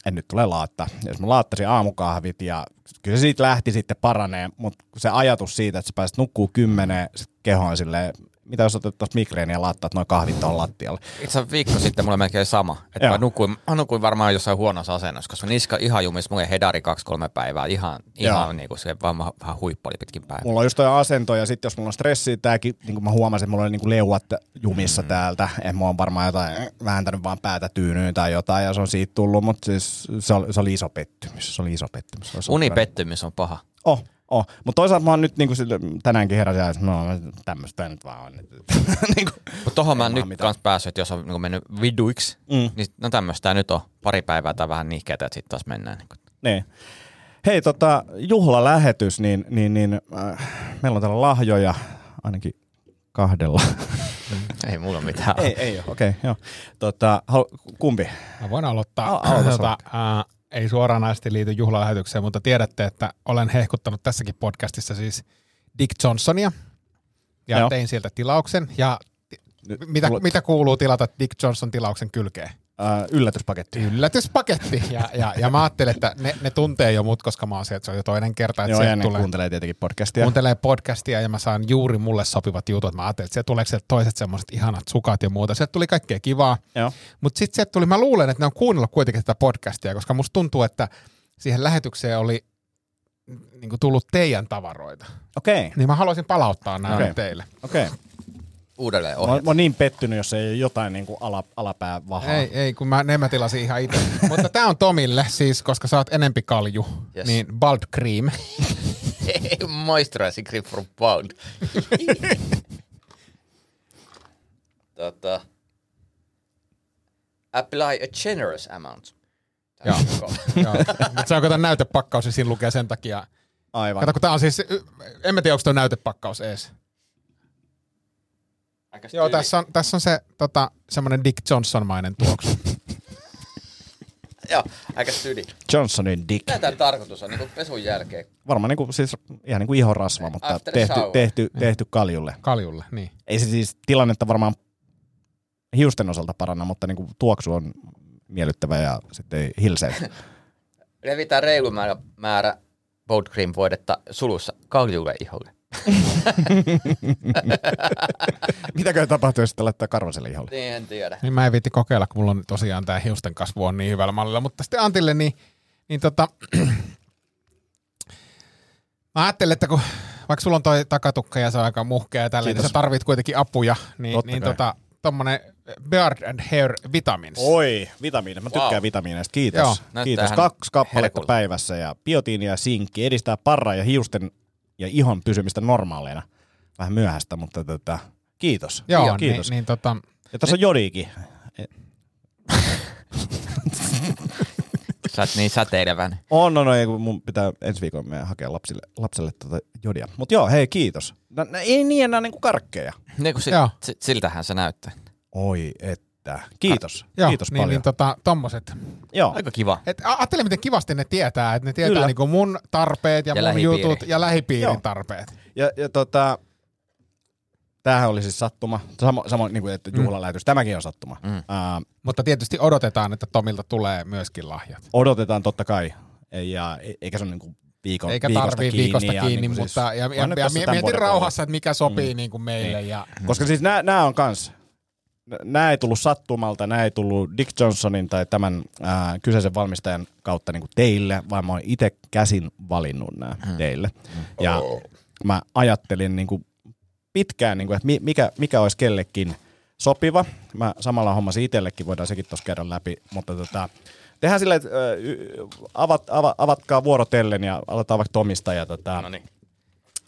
E: en nyt tule laatta. Ja sit mä laattasin aamukahvit ja kyllä se siitä lähti sitten paranee, mutta se ajatus siitä, että sä pääset nukkuu kymmeneen, sit keho on silleen, mitä jos otettaisiin migreeniä ja laattaat noin kahvit tuohon lattialle.
G: Itse asiassa viikko sitten mulla oli melkein sama. Että
E: Joo.
G: mä nukuin, mä nukuin varmaan jossain huonossa asennossa, koska niska ihan jumis, mulla oli hedari kaksi-kolme päivää. Ihan,
E: Joo.
G: ihan niinku se vaan mä- vähän huippali pitkin päivää.
E: Mulla on just toi asento ja sitten jos mulla on stressiä, tääkin, niin kuin mä huomasin, että mulla oli niin kuin leuat jumissa mm. täältä, että mä oon varmaan jotain vääntänyt vaan päätä tyynyyn tai jotain ja se on siitä tullut, mutta siis se oli, se oli iso pettymys. Se oli iso pettymys. Se olisi ollut hyvä.
G: Unipettymys on paha.
E: Oh, oh. Mutta toisaalta mä oon nyt niinku sille, tänäänkin heräsin, että no tämmöistä nyt vaan on. niinku.
G: Mutta tohon mä
E: Ei
G: en nyt
E: vaan mitään.
G: kans päässyt, että jos on niinku mennyt viduiksi,
E: Mm.
G: mm. niin no tämmöistä nyt on. Pari päivää tai vähän nihkeätä, että sitten taas mennään. Niinku.
E: Niin. Hei, tota, juhlalähetys, niin, niin, niin äh, meillä on täällä lahjoja ainakin kahdella.
G: Ei mulla mitään.
E: ei, ei ole. Okei, okay, joo. Tota, halu, kumpi?
D: Mä voin aloittaa.
E: Al- aloita
D: tota, ää, ei suoranaisesti liity juhlalähetykseen, mutta tiedätte, että olen hehkuttanut tässäkin podcastissa siis Dick Johnsonia. Ja
E: Joo.
D: Joo. tein sieltä tilauksen. Ja
E: Nyt
D: mitä,
E: mulle-
D: mitä kuuluu tilata Dick Johnson tilauksen kylkeen?
E: Äh, yllätyspaketti.
D: Yllätyspaketti. Ja, ja, ja mä ajattelin, että ne, ne tuntee jo mut, koska mä oon siellä, että se on jo toinen kerta, että
E: Joo, ja
D: se
E: ne
D: tulee.
E: kuuntelee tietenkin podcastia.
D: Kuuntelee podcastia ja mä saan juuri mulle sopivat jutut. Mä ajattelin, että sieltä tulee sieltä toiset semmoiset ihanat sukat ja muuta. Sieltä tuli kaikkea kivaa.
E: Joo.
D: Mutta sitten sieltä tuli, mä luulen, että ne on kuunnellut kuitenkin tätä podcastia, koska musta tuntuu, että siihen lähetykseen oli niin kuin tullut teidän tavaroita.
E: Okei, okay,
D: Niin mä haluaisin palauttaa nämä
E: Okei.
D: okay. teille.
E: okei. Okay.
G: Uudelleen
E: Mä,
G: ohjat.
E: oon- mä oon niin pettynyt, jos ei ole jotain niin kuin ala, alapää vahaa.
D: Ei, ei, kun mä, ne mä tilasin ihan itse. Mutta tää on Tomille siis, koska sä oot enempi kalju,
G: Yes.
D: yes. niin Bald Cream.
G: Moisturizing cream from pound. tota, apply a generous amount. Joo.
D: Joo. Mut Sä onko tän näytepakkaus ja siinä lukee sen takia.
E: Aivan.
D: Kato, kun tää on siis, en mä tiedä, onko toi näytepakkaus ees. Joo, tässä on, tässä on se tota, semmonen Dick Johnson-mainen tuoksu.
G: Joo, aika sydi.
E: Johnsonin dick.
G: Mitä tämän tarkoitus on? Niin kuin pesun jälkeen.
E: Varmaan niin kuin, siis, ihan niin kuin ihorasva, mutta
G: After
E: tehty,
G: shower.
E: tehty, tehty kaljulle.
D: Kaljulle, niin.
E: Ei se siis tilannetta varmaan hiusten osalta paranna, mutta niin kuin tuoksu on miellyttävä ja sitten ei hilse.
G: Levitään reilu määrä, määrä bold cream voidetta sulussa kaljulle iholle.
E: Mitäkö tapahtuu, jos sitten laittaa karvaselle iholle?
G: Niin, en tiedä.
D: Niin mä en viitti kokeilla, kun mulla on tosiaan tämä hiusten kasvu on niin hyvällä mallilla. Mutta sitten Antille, niin, niin tota, mä ajattelin, että kun vaikka sulla on toi takatukka ja se on aika muhkea ja tälleen, niin
E: Kiitos.
D: sä tarvit kuitenkin apuja, niin,
E: Totta
D: niin
E: kai.
D: tota, tommonen Beard and Hair Vitamins.
E: Oi, vitamiineja. Mä tykkään wow.
G: Wow.
E: vitamiineista. Kiitos.
D: Joo.
E: Joo,
G: Näyttää
E: Kiitos.
G: ihan
E: Kaksi kappaletta
G: herkulta.
E: päivässä ja biotiinia ja sinkki edistää parraa ja hiusten ja ihon pysymistä normaaleina. Vähän myöhäistä, mutta tätä. Kiitos.
D: Joo,
E: kiitos.
D: Niin, niin tota,
E: ja tässä on jodiikin.
G: Sä oot niin säteilevän.
E: On, no, no, ei, kun mun pitää ensi viikon mennä hakea lapsille, lapselle tuota jodia. Mutta joo, hei, kiitos. Nä, nä, ei niin enää niinku karkkeja.
G: Niin kuin si-
D: Joo.
G: si- siltähän se näyttää.
E: Oi, että. Kiitos.
D: joo,
E: kiitos
D: niin,
E: paljon.
D: Niin tota, tommoset.
E: joo.
G: Aika kiva.
D: Et a- ajattele, miten kivasti ne tietää, että ne tietää
E: Kyllä.
D: niinku mun tarpeet ja,
G: Ja
D: mun
G: lähipiiri.
D: jutut ja lähipiirin
E: Joo.
D: joo. tarpeet.
E: Ja, ja tota, tämähän oli siis sattuma. Samo, samoin niin kuin,
D: Mm.
E: että juhlalähetys. Tämäkin on sattuma. Mm. Äh,
D: Mutta tietysti odotetaan, että Tomilta tulee myöskin lahjat.
E: odotetaan totta kai. Ja e- eikä se ole niin kuin viikon,
D: Eikä
E: viikosta
D: tarvii
E: kiinni.
D: viikosta
E: ja
D: kiinni,
E: niinku siis-
D: mutta ja, ja, ja,
E: Vaan nyt tässä
D: mie-
E: tämän
D: mieti
E: vuoden puolella.
D: rauhassa, että mikä sopii mm. niin kuin meille.
E: Niin.
D: Niin. Ja,
E: Koska siis nämä, nämä on kans, nämä ei tullut sattumalta, nämä ei tullut Dick Johnsonin tai tämän ää, kyseisen valmistajan kautta niin teille, vaan mä oon itse käsin valinnut nämä
G: Mm.
E: teille. Ja
G: Oh.
E: mä ajattelin niin kuin pitkään, niin kuin, että mi- mikä, mikä olisi kellekin sopiva. Mä samalla hommasin itsellekin, voidaan sekin tuossa käydä läpi, mutta tota, tehdään silleen, että ö, y- avat, ava, avatkaa vuorotellen ja aletaan vaikka Tomista. Ja tota,
G: No niin.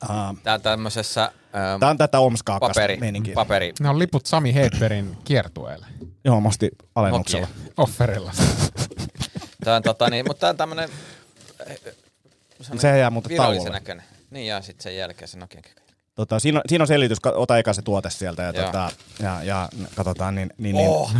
E: ää,
G: Tää on tämmöisessä ähm,
E: tää on tätä omskaa
G: paperi, paperi.
D: ne on liput Sami Heetterin kiertueelle.
E: Joo, mä ostin alennuksella.
G: Nokia.
D: Offerilla.
G: Tää on tota niin, mutta tää on tämmönen... äh, semmonen
E: Sehän jää muuten
G: virallisen
E: tauolle.
G: näköinen. Niin jää sit sen jälkeen sen Nokian kekä.
E: Tota, siinä, on, siinä on selitys, Ka- ota eka se tuote sieltä ja,
G: Joo.
E: tota, ja, ja n- katsotaan. Niin, niin, niin. Oh.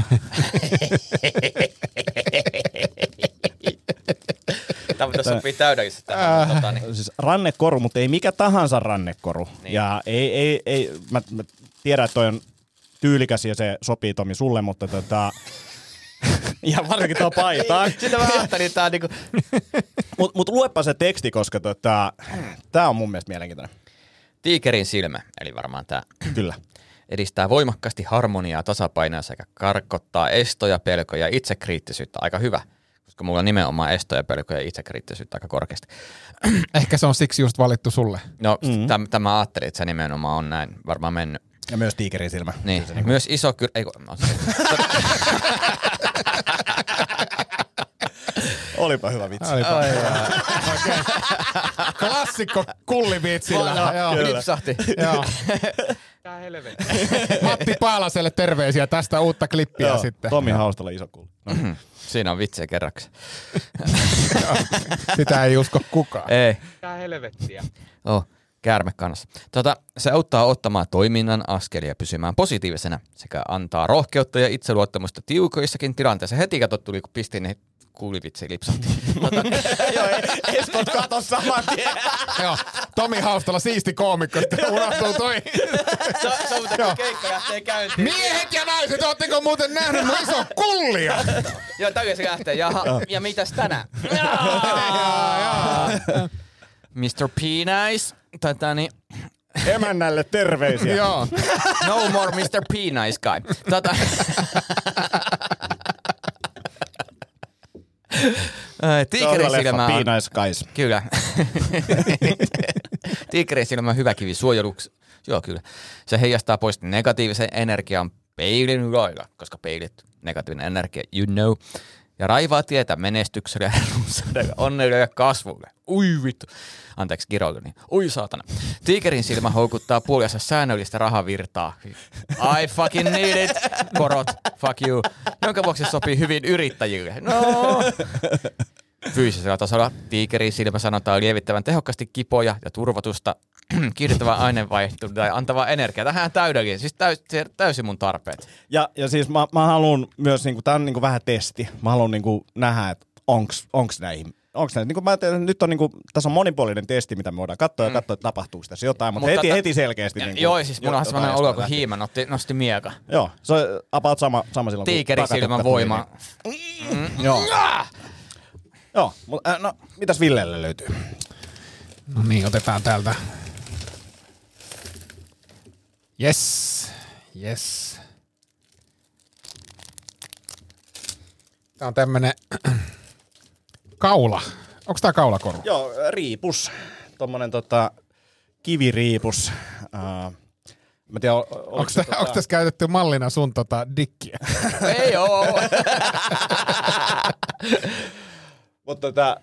G: Tää tässä sopii täydellisesti tähän. Tota, niin.
E: Siis rannekoru, mutta ei mikä tahansa rannekoru. Niin.
G: Niin.
E: Ja ei, ei, ei, mä, mä tiedän, että toi on tyylikäs ja se sopii Tomi sulle, mutta tota, ja varsinkin tuo paitaan.
G: Sitä mä ajattelin, tää on niinku...
E: Mutta mut luepa se teksti, koska tota, tämä on mun mielestä mielenkiintoinen.
G: Tiikerin silmä, eli varmaan tää
E: Kyllä.
G: edistää voimakkaasti harmoniaa, tasapainoa sekä karkottaa estoja, pelkoja ja itsekriittisyyttä. Aika hyvä, koska mulla on nimenomaan estoja, pelkoja ja itsekriittisyyttä aika korkeasti.
D: Ehkä se on siksi just valittu sulle.
G: No, mm-hmm. tämä täm mä ajattelin, että se nimenomaan on näin varmaan mennyt.
E: Ja myös tiikerin silmä. niinku-
G: Niin. Myös iso kyr... Ei, kun- no,
E: Olipa hyvä vitsi.
D: Olipa. Okei. Klassikko kulliviitsillä. Joo.
G: se lipsahti.
D: Joo. Matti Paalaselle terveisiä tästä uutta klippiä
E: Joo,
D: sitten.
E: Tomi Haustalle iso kuulu.
G: Siinä on vitsiä kerraksi.
D: Sitä ei usko kukaan.
G: Ei.
H: Tää helvettiä.
G: Oh, käärme kannassa. Tota, se auttaa ottamaan toiminnan askelia pysymään positiivisena sekä antaa rohkeutta ja itseluottamusta tiukoissakin tilanteissa. Heti kato tuli, kun pistin, niin kuulivitsi lipsahti. Tota,
E: Joo, Estot kato saman tien.
D: Joo, Tomi Haustalla siisti koomikko, sitten unohtuu toi.
G: se on, se on muuten,
D: Joo.
G: kun keikka lähtee käyntiin.
D: Miehet ja naiset, ootteko muuten nähnyt mun iso kullia?
G: Joo, täytyy se lähtee. Jaha, ja mitäs tänään? Mr. P-Nice. Tätä niin,
E: Emännälle terveisiä.
D: Joo.
G: no more Mr. P-Nice guy. Tota- Tätä. Ai, Tiikerin silmä on...
E: Piinaiskais.
G: Kyllä. Tiikerin silmä hyvä kivi suojeluksi. Joo, kyllä. Se heijastaa pois negatiivisen energian peilin lailla, koska peilit negatiivinen energia, you know. Ja raivaa tietä menestykselle, runsaudelle, onnelle ja kasvulle. Ui vittu. Anteeksi, kiroiluni. Ui saatana. Tiikerin silmä houkuttaa puolensa säännöllistä rahavirtaa. I fucking need it. Korot, fuck you. Jonka vuoksi se sopii hyvin yrittäjille. No, Fyysisellä tasolla tiikerin silmä sanotaan lievittävän tehokkaasti kipoja ja turvotusta, kiihdyttävän aineenvaihtun tai antavaa energiaa. Tähän täydellinen, siis täys, se- täysin mun tarpeet.
E: Ja, ja siis mä, mä haluan myös, niinku, tää on niinku vähän testi. Mä haluan niinku nähdä, että onks, onks näihin Onks näin? Niin kuin mä teen, nyt on niin kuin, tässä on monipuolinen testi, mitä me voidaan katsoa ja katsoa, että tapahtuuko tässä jotain, mutta,
G: Mutta
E: heti,
G: ta-
E: heti selkeästi.
G: Mm. Ja,
E: niinku
G: joo, siis mulla on
E: jotain
G: sellainen
E: estoa
G: olo, kun
E: lähtee.
G: hiima nosti, nosti mieka.
E: Joo, se on about sama, sama silloin. kun
G: Tiikerin
E: takatetta
G: silmän
E: tuli,
G: voima.
E: niin- Joo. Joo, mutta äh, no, mitäs Villelle löytyy?
D: No niin, otetaan täältä. Yes, yes. Tää on tämmönen kaula. Onko tää kaulakoru?
E: Joo, äh, riipus. Tuommoinen tota, kiviriipus. Äh, mä tiedän, ol- oliko
D: Onko
E: se
D: tä, tota... tässä käytetty mallina sun tota dikkiä?
G: Ei oo.
E: Mutta tota,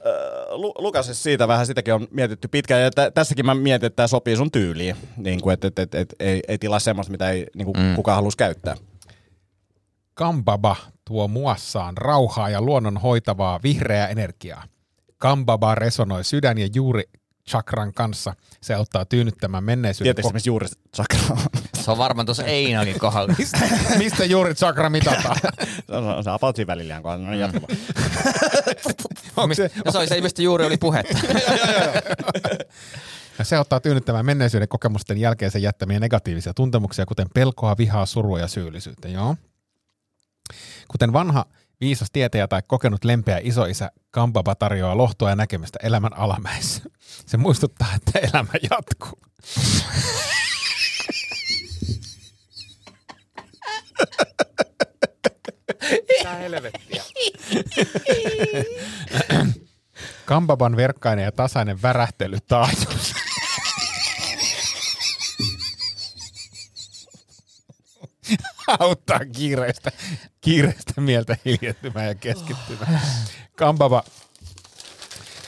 E: Lu- Lukases siitä vähän, sitäkin on mietitty pitkään. Ja tä- tässäkin mä mietin, että tämä sopii sun tyyliin. Niin kuin, et, et, et, et, ei, ei tilaa semmoista, mitä ei niin kuin mm. kukaan halusi käyttää.
D: Kambaba tuo muassaan rauhaa ja luonnon hoitavaa vihreää energiaa. Kambaba resonoi sydän ja juuri chakran kanssa. Se auttaa tyynyttämään menneisyyden
E: Tietysti esimerkiksi juuri sakraa.
G: Se on varmaan tuossa Einakin kohdalla.
D: ko- Mistä juuri chakra mitataan?
E: se on, se on about siinä välillä, onko no, niin jatkuva.
G: Onko se? No se oli se, mistä juuri oli puhetta.
D: Ja se auttaa tyynnyttämään menneisyyden kokemusten jälkeen sen jättämiä negatiivisia tuntemuksia, kuten pelkoa, vihaa, surua ja syyllisyyttä. Joo. Kuten vanha viisas tietäjä tai kokenut lempeä isoisä, Kambaba tarjoaa lohtua ja näkemystä elämän alamäessä. Se muistuttaa, että elämä jatkuu.
H: Tää helvettiä.
D: Kambaban verkkainen ja tasainen värähtely taajuus. auttaa kiireistä, kiireistä mieltä hiljettymään ja keskittymään. Kambaba,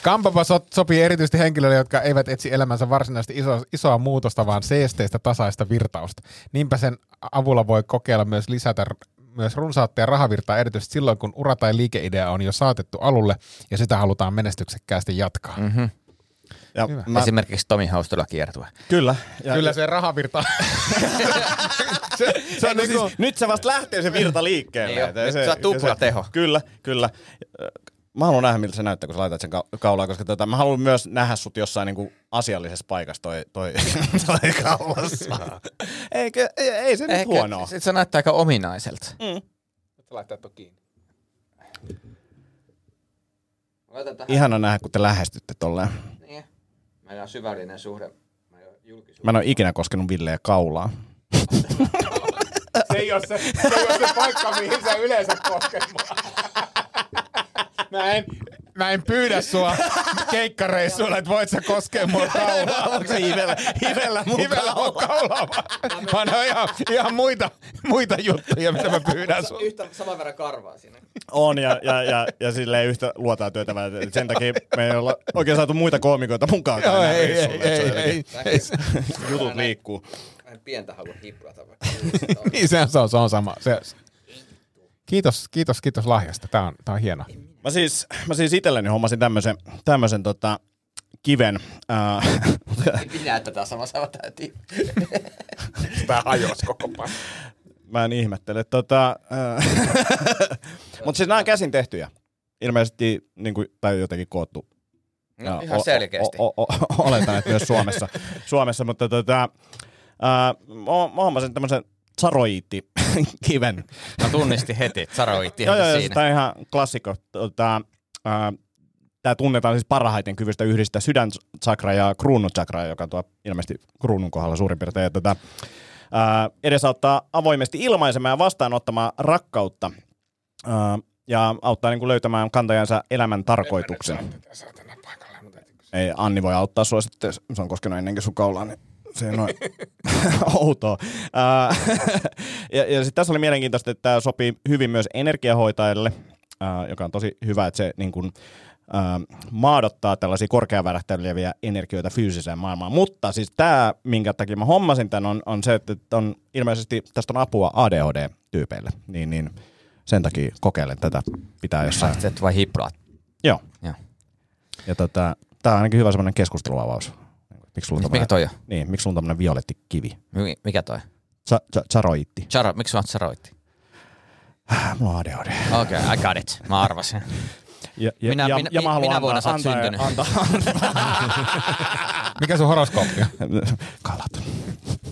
D: Kampapa so- sopii erityisesti henkilöille, jotka eivät etsi elämänsä varsinaisesti iso- isoa muutosta, vaan seesteistä tasaista virtausta. Niinpä sen avulla voi kokeilla myös lisätä r- myös runsautta ja rahavirtaa erityisesti silloin, kun ura tai liikeidea on jo saatettu alulle ja sitä halutaan menestyksekkäästi jatkaa. Mm.
E: Ja
G: Mä...
E: mä,
G: Esimerkiksi Tomi Haustola kiertue.
E: kyllä. Ja,
D: Kyllä se rahavirta. se, se on
E: Eikö
D: niinku,
E: siis, nyt se vasta lähtee se virta liikkeelle.
G: Niin jo,
E: Että
G: nyt saa tuplateho.
E: Se, kyllä, kyllä. Mä haluan nähdä, miltä se näyttää, kun sä laitat sen ka- kaulaan, koska tota, mä haluan myös nähdä sut jossain niinku asiallisessa paikassa toi, toi, toi kaulassa. Eikö, ei, ei se nyt huonoa.
G: Sit se näyttää aika ominaiselta. Mm.
H: Laittaa tuo kiinni.
G: Laitan tähän.
E: Ihana nähdä, kun te lähestytte tolleen.
G: Niin. Meillä on syvällinen suhde. Meillä on julkisuus.
E: Mä en ole ikinä koskenut Villeä kaulaa.
D: se, ei ole se, se ei ole se paikka, mihin sä yleensä kosket mua. Mä en, mä en pyydä sua keikkareissuilla, että voit sä koskea mua kaulaa.
E: Onko se hivellä, hivellä mun
D: Hivellä on kaulaa, vaan- vaan ne on ihan, ihan muita, muita juttuja, mitä mä pyydän sun.
G: Yhtä saman verran karvaa siinä.
E: On, ja, ja, ja, ja silleen yhtä luotaa työtävää. Sen takia me ei olla oikein saatu muita koomikoita mukaan.
D: Joo, ei, ei, ei, ei, ei, ei.
E: Jutut liikkuu.
G: Vähän pientä halua hiplata.
D: Niin, sehän se on, se on sama. Se, Kiitos, kiitos, kiitos lahjasta. Tämä on, tää on hieno.
E: Mä siis, mä siis itselleni hommasin tämmöisen, tämmöisen tota, kiven. Äh,
G: Minä tätä samassa täytiin.
D: Tämä hajosi koko paikka.
E: mä en ihmettele. Tota, äh, Mutta siis nämä on käsin tehtyjä. Ilmeisesti niin kuin, tai jotenkin koottu.
G: No,
E: Ja
G: ihan selkeästi.
E: O, o, o, o, oletan, että myös Suomessa. Suomessa mutta tota, äh, mä, mä hommasin tämmöisen saroiitti kiven.
G: Mä tunnistin heti, saroit
E: Joo, joo,
G: ihan
E: joo,
G: siinä.
E: tämä on ihan klassikko. Tota, tämä tunnetaan siis parhaiten kyvystä yhdistää sydänchakra ja kruunuchakra, joka tuo ilmeisesti kruunun kohdalla suurin piirtein. Ja Tätä, ää, edesauttaa avoimesti ilmaisemaan ja vastaanottamaan rakkautta ää, ja auttaa niin kuin löytämään kantajansa elämän tarkoituksen. Ei, Anni voi auttaa sua sitten, se on koskenut ennenkin sun kaulaa, niin se on noin outoa. Ää, ja ja sitten tässä oli mielenkiintoista, että tämä sopii hyvin myös energiahoitajille, ää, joka on tosi hyvä, että se niin kun, ää, maadottaa tällaisia korkeavärähteleviä energioita fyysiseen maailmaan. Mutta siis tämä, minkä takia mä hommasin tämän, on, on se, että on ilmeisesti tästä on apua ADHD-tyypeille. Niin, niin sen takia kokeilen tätä pitää jossain.
G: Sä et vai hiplaat.
E: Joo.
G: Joo.
E: Ja tota, tämä on ainakin hyvä semmoinen keskusteluavaus. Miksi sulla on
G: Mikä
E: tämmönen-
G: toi on?
E: Niin, miksi sulla on tämmöinen violetti kivi?
G: Mi- Mikä toi?
E: Sa- sa- Saroitti.
G: Charo, miksi sä oot saroitti?
E: Äh, Mulla on ADHD.
G: Okei, okay, I got it. Mä arvasin.
E: Ja, ja,
G: Minä- minä-
E: mä haluan
G: minä vuonna sä oot syntynyt?
E: Antaa,
D: Mikä sun horoskooppi on?
E: antaa. Kalat.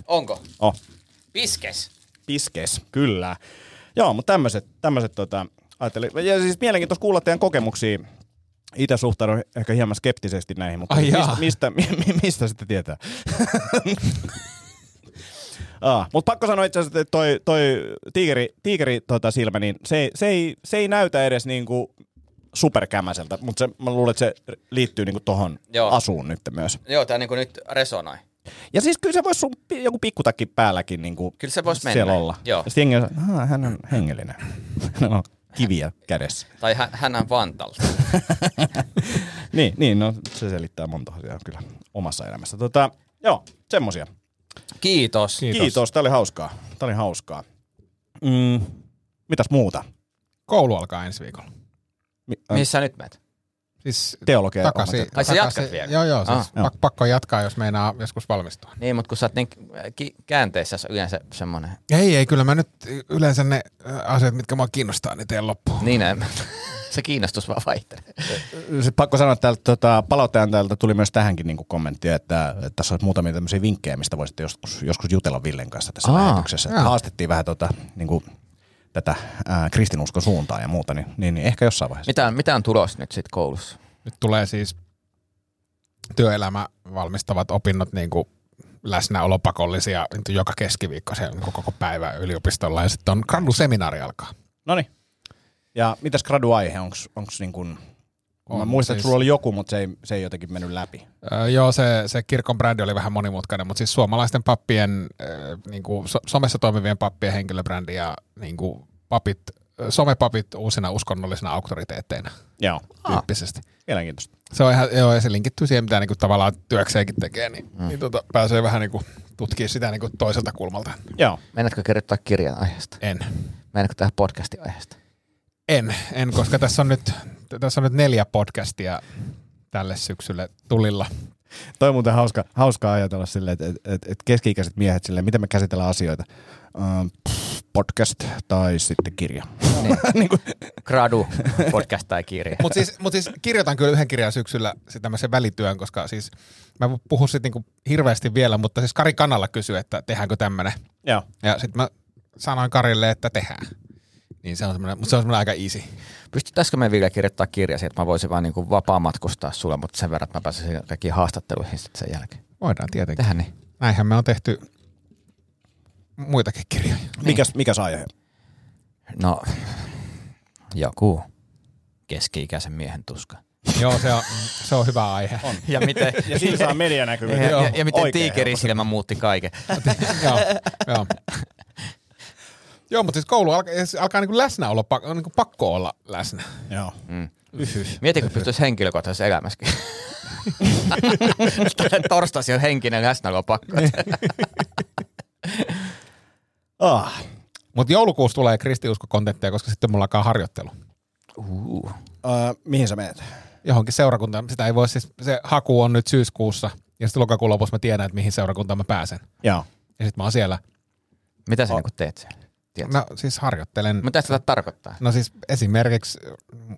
G: Onko?
E: Oh,
G: Piskes.
E: piskes, kyllä. Joo, mutta tämmöiset, tämmöiset tota, ajattelin. Ja siis mielenkiintoista kuulla teidän kokemuksia. Itse suhtaudun ehkä hieman skeptisesti näihin, mutta
D: Ai
E: mistä,
D: jaa.
E: mistä, mi- mistä sitä tietää? Ah, mutta pakko sanoa itse asiassa, että toi, toi tiikeri, tiikeri tota silmä, niin se, ei- se, ei, se ei näytä edes niinku superkämäseltä, mutta se, mä luulen, että se liittyy niinku tohon
G: Joo.
E: asuun nyt myös.
G: Joo, tää niinku nyt resonoi.
E: Ja siis kyllä se voisi sun pi- joku pikkutakki päälläkin niin kuin
G: Kyllä se vois mennä.
E: siellä olla.
G: Joo.
E: Ja sitten jengi on, "Aa, hän on hengellinen. Hän on kiviä kädessä.
G: Tai hän, hän on Vantalta.
E: niin, niin, no se selittää monta asiaa kyllä omassa elämässä. Tota, joo, semmosia.
G: Kiitos. Kiitos.
E: Kiitos. Kiitos, tää oli hauskaa. Tää oli hauskaa. Mm, mitäs muuta?
D: Koulu alkaa ensi viikolla.
E: Äh,
G: Mihin sä nyt menet?
D: Siis
E: Teologia.
D: takaisin.
G: Ai sä jatkat
D: takaisin-
G: vielä?
D: Joo, joo. Siis
G: Ah,
D: ah, pak- pakko jatkaa, jos meinaa joskus valmistua.
G: Niin, mutta kun sä oot niin ki- käänteissä se on yleensä semmonen.
D: Ei, ei, kyllä mä nyt yleensä ne äh, asiat, mitkä mua kiinnostaa, niin teen loppuun.
G: Niin, em- se kiinnostus vaan vaihtelee.
E: Sitten Siis pakko sanoa, että täältä, tota, palautteen täältä tuli myös tähänkin niin kommenttia, että, että tässä olisi muutamia tämmöisiä vinkkejä, mistä voisitte joskus, joskus jutella Villen kanssa tässä
G: Aa,
E: Aa, lähetyksessä. Että haastettiin vähän tota, niin kuin, tätä ää, kristinuskon suuntaa ja muuta, niin, niin, niin ehkä jossain vaiheessa.
G: Mitä on, mitä on tulos nyt sit koulussa?
D: Nyt tulee siis työelämä valmistavat opinnot niin kuin läsnäolopakollisia niin kuin joka keskiviikko se on koko päivä yliopistolla ja sitten on granduseminaari alkaa.
E: No niin. Ja mitäs graduaihe, onko niin kuin, on, mä
D: On
E: muistan, että
D: siis-
E: sulla oli joku, mutta se ei, se ei jotenkin mennyt läpi.
D: Öö, joo, se, se kirkon brändi oli vähän monimutkainen, mutta siis suomalaisten pappien, öö, niin kuin so, somessa toimivien pappien henkilöbrändi ja niin kuin papit, ö, somepapit uusina uskonnollisina auktoriteetteina
E: Joo.
D: tyyppisesti.
E: Ah. Mielenkiintoista.
D: Se on ihan, joo, ja se linkittyy siihen, mitä niin kuin tavallaan työkseenkin tekee, niin, mm. niin tota, pääsee vähän niin kuin tutkimaan sitä niin kuin toiselta kulmalta.
E: Joo.
G: Meinaatko kirjoittaa kirjan aiheesta?
D: En.
G: Meinaatko tehdä podcastin aiheesta?
D: En, en koska tässä on nyt, tässä on nyt neljä podcastia tälle syksylle tulilla.
E: Toi on muuten hauska, hauskaa ajatella silleen, että et, et, et keski-ikäiset miehet silleen, miten me käsitellään asioita. Ähm, pff, podcast tai sitten kirja.
G: Niin. Gradu, podcast tai kirja.
D: Mutta siis, mut siis kirjoitan kyllä yhden kirjan syksyllä sit tämmöisen välityön, koska siis mä en puhu sit niinku hirveästi vielä, mutta siis Kari Kanalla kysyi, että tehdäänkö tämmöinen.
E: Joo.
D: Ja sitten mä sanoin Karille, että tehdään. Niin se on semmoinen, mutta se on semmoinen aika easy.
G: Pystyttäisikö me vielä kirjoittaa kirja siihen, että mä voisin vaan niinku vapaa matkustaa sulle, mutta sen verran, että mä pääsisin kaikkiin haastatteluihin sit sen jälkeen.
D: Voidaan tietenkin.
G: Tehän niin.
D: Näinhän me on tehty muitakin kirjoja.
E: Mikäs, mikäs aihe?
G: No, joku keski-ikäisen miehen tuska.
D: Joo, se on, se on hyvä aihe. On.
G: Ja miten,
E: Ja siinä saa medianäkyvyyttä.
G: ja, ja, ja
E: Joo,
G: miten
E: oikein
G: tiikerisilmä muutti kaiken.
D: joo, joo. joo, mutta siis koulu alkaa, siis alkaa niinku läsnäolo, pak- on niinku pakko olla läsnä.
E: helppo. Joo.
G: Mieti, kun pystyisi henkilökohtaisessa elämässäkin. Torstaisin on henkinen läsnäolo pakko.
E: Ah.
D: Mutta joulukuussa tulee kristiuskokontenttia, koska sitten mulla alkaa harjoittelu.
E: Öö, mihin sä menet?
D: Johonkin seurakuntaan. Sitä ei voi siis, se haku on nyt syyskuussa ja sitten lokakuun lopussa mä tiedän, että mihin seurakuntaan mä pääsen.
E: Joo.
D: Ja sitten mä oon siellä.
G: Mitä sä niinku teet siellä? Tiedätkö?
D: Mä siis harjoittelen.
G: Mitä sitä tarkoittaa?
D: No siis esimerkiksi,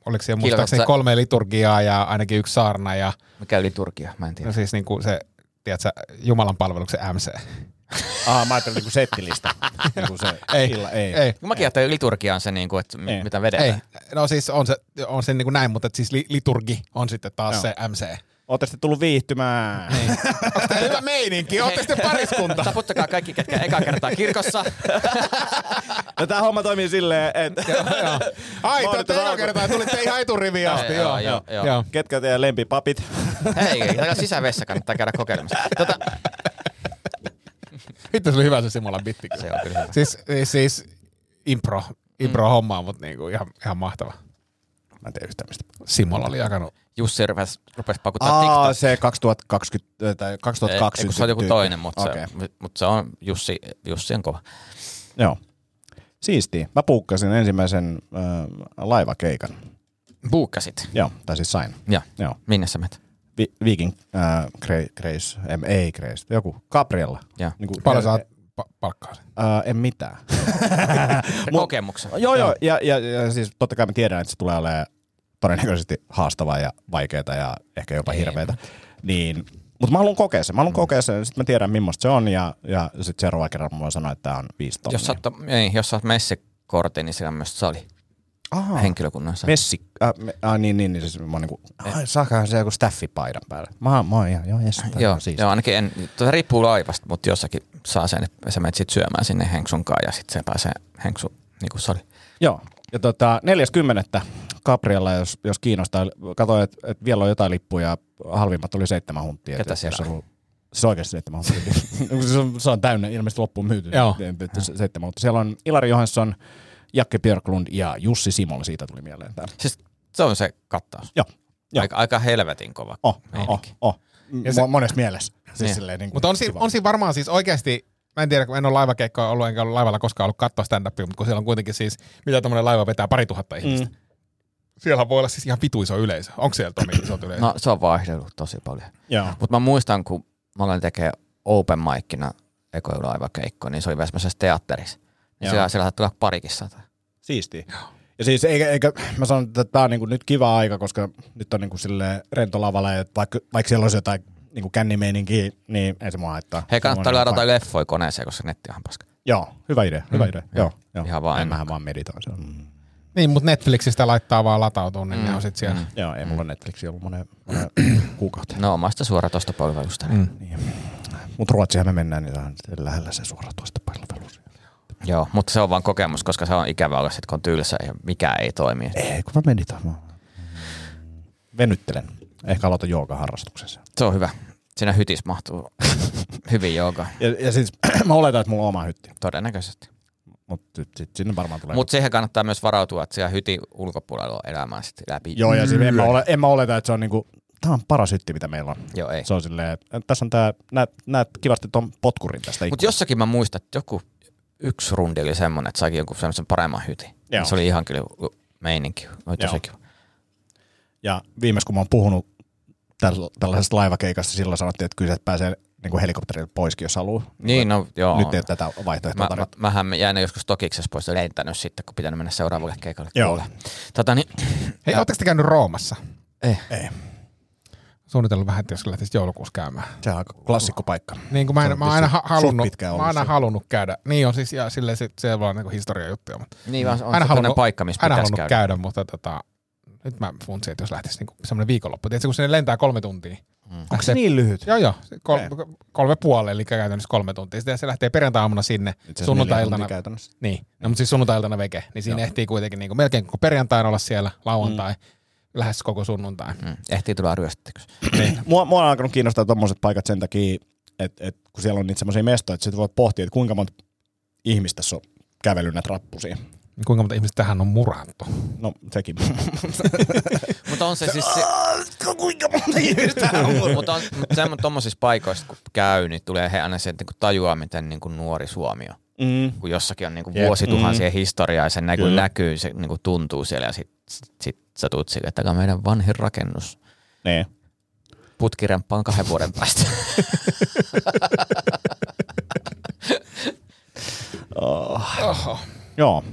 D: oliko siellä muistaakseni
G: Kilkatsä-
D: kolme liturgiaa ja ainakin yksi saarna ja
G: Mikä liturgia? Mä en
D: no
G: tiedä.
D: siis niin kuin se, tiedätkö, Jumalan palveluksen MC.
E: Ah, mä ajattelin niinku settilista. niinku se
D: Ei,
E: illa, ei.
D: ei,
G: Kun mäkin ajattelin, että liturgia on se, niinku, että mi-
E: Mm. Niin. Ei.
G: mitä
D: ei.
G: vedetään.
D: No siis on se, on se niin kuin näin, mutta et siis li- liturgi on sitten taas
E: Joo.
D: Joo. se MC.
E: Ootte sitten tullut viihtymään.
D: Onko tää hyvä meininki? Ootte sitten pariskunta?
G: Taputtakaa kaikki, ketkä eka kertaa kirkossa.
E: No, tää homma toimii silleen, että
D: Joo. Ai,
E: Mä oon
D: te olette
E: nyt
D: eka
E: rauko-
D: kertaa ja tulitte ihan eturiviin asti.
G: Joo,
D: Joo,
G: joo, joo.
D: joo.
E: ketkä teidän lempipapit?
G: Hei, ei, sisävessä kannattaa käydä kokeilemassa. Tota,
D: Vittu, se oli hyvä se Simolan bitti. kyllä.
G: se on kyllä hyvä.
D: Siis, siis, siis impro,
G: Mm.
D: impro hommaa, mutta niinku ihan, ihan mahtava.
E: Mä en tiedä yhtään mistä.
D: Simola oli jakanut.
G: Jussi rupesi, rupesi pakuttaa TikTok.
E: Aa, se 2020 äh, tai
G: Ei,
E: 2020.
G: ei, kun se on joku
E: tyyppi.
G: toinen, mutta
E: Okei.
G: okay. se, mut se on Jussi, Jussi on kova.
E: Joo. Siistiä. Mä puukkasin ensimmäisen äh, laivakeikan.
G: Buukkasit.
E: Joo, tai siis sain.
G: Ja.
E: Joo.
G: Minne sä menet?
E: Vi- Viking, äh, Grace, Grace, em, ei Grace, joku, Gabriella.
G: Joo.
E: Niin kuin,
D: Paljon saat pa- palkkaa?
E: Äh, en mitään. Mu-
G: Kokemuksen.
E: joo, joo, ja, ja, ja, siis totta kai mä tiedän, että se tulee olemaan todennäköisesti haastavaa ja vaikeaa ja ehkä jopa
G: Ei.
E: hirveätä. Niin, mutta mä haluan kokea sen. Mä
G: Mm.
E: haluan kokea sen, sitten mä tiedän millaista se on ja, ja sitten seuraava kerran mä voin sanoa, että tämä on viisi tonnia.
G: Jos sä, oot, ei, jos sä oot messikortin, niin siellä on myös sali
E: Aha.
G: ah. henkilökunnassa.
E: Messi, äh, me, ah, niin, niin, niin, siis mä oon niinku,
G: Eh.
E: ai, saakahan se joku staffipaidan päälle. Mä, oon- mä oon ihan, joo, jes, tää on
G: Joo,
E: siisti.
G: joo, ainakin en, tuota riippuu laivasta, mutta jossakin saa sen, että sä menet sit syömään sinne Henksun kaa ja sitten se pääsee Henksu niin kuin sali.
E: Joo, ja tota, 40. Gabriella, jos, jos kiinnostaa, katsoin, että et vielä on jotain lippuja, halvimmat oli seitsemän hunttia.
G: Ketä siellä
E: on? Ollut, siis oikeasti seitsemän hunttia. se, on, se on täynnä, ilmeisesti loppuun myyty.
D: Joo.
E: Et- et- se- Seitsemän hunttia. Siellä on Ilari Johansson, Jakke Björklund ja Jussi Simon, siitä tuli mieleen tämä.
G: Siis se on se kattaus.
E: Joo, joo.
G: Aika, aika helvetin kova.
E: Oh, oh,
G: meininki.
E: oh.
D: Ja se-
E: Mo- monessa mielessä.
G: Niin.
E: Siis silleen, niin kuin
D: Mutta on, si-
E: kiva.
D: on siinä varmaan siis oikeasti, mä en tiedä, kun en ole laivakeikkoa ollut, enkä ole laivalla koskaan ollut katsoa stand-upia, mutta kun siellä on kuitenkin siis, mitä tämmöinen laiva vetää, pari tuhatta ihmistä. Mm. Siellä voi olla siis ihan vitu iso yleisö. Onko siellä Tomi iso yleisö?
G: No se on vaihdellut tosi paljon.
E: Joo.
G: Mutta mä muistan, kun mä olin tekemään open micina ekoilaivakeikko, niin se oli Vesmäisessä teatterissa. Ja
E: Joo.
G: siellä, siellä saattoi olla parikin sata.
E: Siistiä. Ja siis eikä, eikä, mä sanon, että tämä on niinku nyt kiva aika, koska nyt on niinku sille rentolavalla, ja vaikka, vaikka siellä olisi jotain niinku kännimeininkiä, niin ei se mua haittaa.
G: Hei, kannattaa
E: Semmoinen
G: lyödä jotain
E: paikka.
G: leffoja koneeseen, koska netti on ihan paska.
E: Joo, hyvä idea, hyvä idea. Joo, joo.
G: Mm. Ihan vaan
E: En mähän vaan meditoin sen. Mm.
D: Niin, mutta Netflixistä laittaa vaan latautuun, niin mm. ne on sitten siellä. Mm.
E: Joo, ei mulla Netflixiä ollut monen, monen kuukauteen.
G: No omasta suora tuosta palvelusta. Mm.
E: Mutta Ruotsiin me mennään, niin se on sitten lähellä se suora tuosta palvelusta.
G: Joo, mutta se on vaan kokemus, koska se on ikävä olla sit, kun on tylsä ja mikään ei toimi.
E: Ei, kun mä meditoin. Mä...
G: Mm.
E: Venyttelen. Ehkä aloitan joogaharrastuksessa.
G: Se on hyvä. Siinä hytis mahtuu hyvin jooga,
E: Ja, ja siis mä oletan, että mulla on oma hytti.
G: todennäköisesti.
E: Mutta sitten sinne varmaan tulee.
G: Mutta siihen kannattaa myös varautua, että siellä hytin ulkopuolella on elämää sit läpi.
E: Joo, ja siis en mä, ole, en mä oleta, että se on niinku, tää on paras hytti, mitä meillä on.
G: Joo, ei.
E: Se on silleen, että tässä on tää, näet, näet kivasti ton potkurin tästä
G: Mutta
E: ikkunasta.
G: jossakin mä muistan, että joku yksi rundi oli semmoinen, että saikin jonkun semmoisen paremman hytin.
E: Joo.
G: Se oli ihan kyllä meininki. Oli tosi
E: Joo.
G: kiva.
E: Ja viimeis kun mä oon puhunut täl- tällaisesta laivakeikasta, silloin sanottiin, että kyllä se pääsee niinku helikopterilla poiskin, jos haluaa.
G: Niin, no joo.
E: Nyt ei ole tätä vaihtoehtoa
G: Mä, mä,
E: tarjota.
G: mähän jäin joskus tokiksessa pois ja lentänyt sitten, kun pitänyt mennä seuraavalle keikalle.
E: Joo.
G: kuulee. Tota, niin, eh.
D: Hei, ootteko te käynyt Roomassa?
G: Ei.
E: Ei.
D: Suunnitellut vähän, että jos lähtisit joulukuussa käymään.
E: Se on aika klassikko paikka.
D: Niin kuin mä,
E: Se
D: en,
E: on
D: mä oon aina ha-
E: suht
D: halunnut,
E: pitkään
D: mä oon
E: ollut
D: aina
E: se.
D: halunnut käydä. Niin on siis, ja silleen se, se voi olla niin historiajuttuja. Mutta
G: niin vaan se on
D: aina
G: sellainen
D: halunnut-
G: paikka, missä
D: aina
G: pitäisi
D: halunnut
G: käydä.
D: käydä. käydä, mutta tota, nyt mä funtsin, että jos lähtisi niinku semmoinen viikonloppu. Tiedätkö, kun sinne lentää kolme tuntia.
E: Onko se niin lyhyt?
D: Joo, joo. se Kol-
E: Okei.
D: kolme puoli, eli käytännössä kolme tuntia. Sitten se lähtee perjantai-aamuna sinne,
E: Itse asiassa neljä
D: sunnuntai-iltana.
E: tuntia käytännössä.
D: Niin, no, mutta siis sunnuntai-iltana veke. Niin siinä
E: Joo. Mm.
D: ehtii kuitenkin niinku melkein koko perjantaina olla siellä, lauantai, lähes koko sunnuntai.
G: Mm. Ehtii tulla ryöstetyksi.
E: niin. mua, mua on alkanut kiinnostaa tuommoiset paikat sen takia, että et, kun siellä on niitä semmoisia mestoja, että sitten voit pohtia, että kuinka monta ihmistä se on kävellyt näitä rappusia.
D: Niin Kuinka monta ihmistä tähän on murhattu?
E: No, sekin.
G: Mutta on se siis... Se,
E: kuinka monta ihmistä on
G: mutta on, mutta semmo, tommosissa paikoissa, kun käy, niin tulee he aina se, että niinku tajuaa, miten niinku nuori Suomi on.
E: Mm.
G: kun jossakin on niinku
D: Jep. Mm.
G: vuosituhansien historiaa ja se näkyy,
E: Kyllä.
G: näkyy se niinku tuntuu siellä ja sit, sit, sit sä tuut sille, että tämä on meidän vanhin rakennus.
E: Niin.
G: Putkirempaan kahden vuoden päästä.
E: Ah. Joo.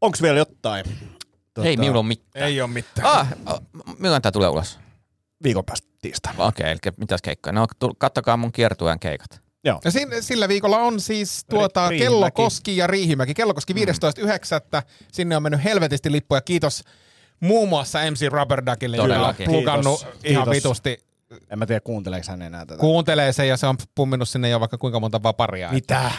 E: Onks vielä jotain?
G: Ei
E: Tota,
G: minulla ole mitään.
D: Ei ole mitään.
G: Ah, oh, milloin tämä tulee ulos?
E: Viikon päästä tiistaina.
G: Okei, okay, eli mitäs keikkoja? No, tul- kattokaa mun kiertueen keikat.
E: Joo.
D: Ja sin, No sillä viikolla on siis tuota,
E: Riihimäki. Mm.
D: Kellokoski ja Riihimäki. Kellokoski 15.9. Sinne on mennyt helvetisti lippuja. Kiitos muun muassa MC Rubberduckille, joka on
G: Todellakin.
D: plugannut
E: Kiitos.
D: ihan
E: Kiitos.
D: vitusti.
E: En mä tiedä, kuunteleeko hän enää tätä.
D: Kuuntelee sen ja se on pumminut sinne jo vaikka kuinka monta vaparia.
E: Mitä?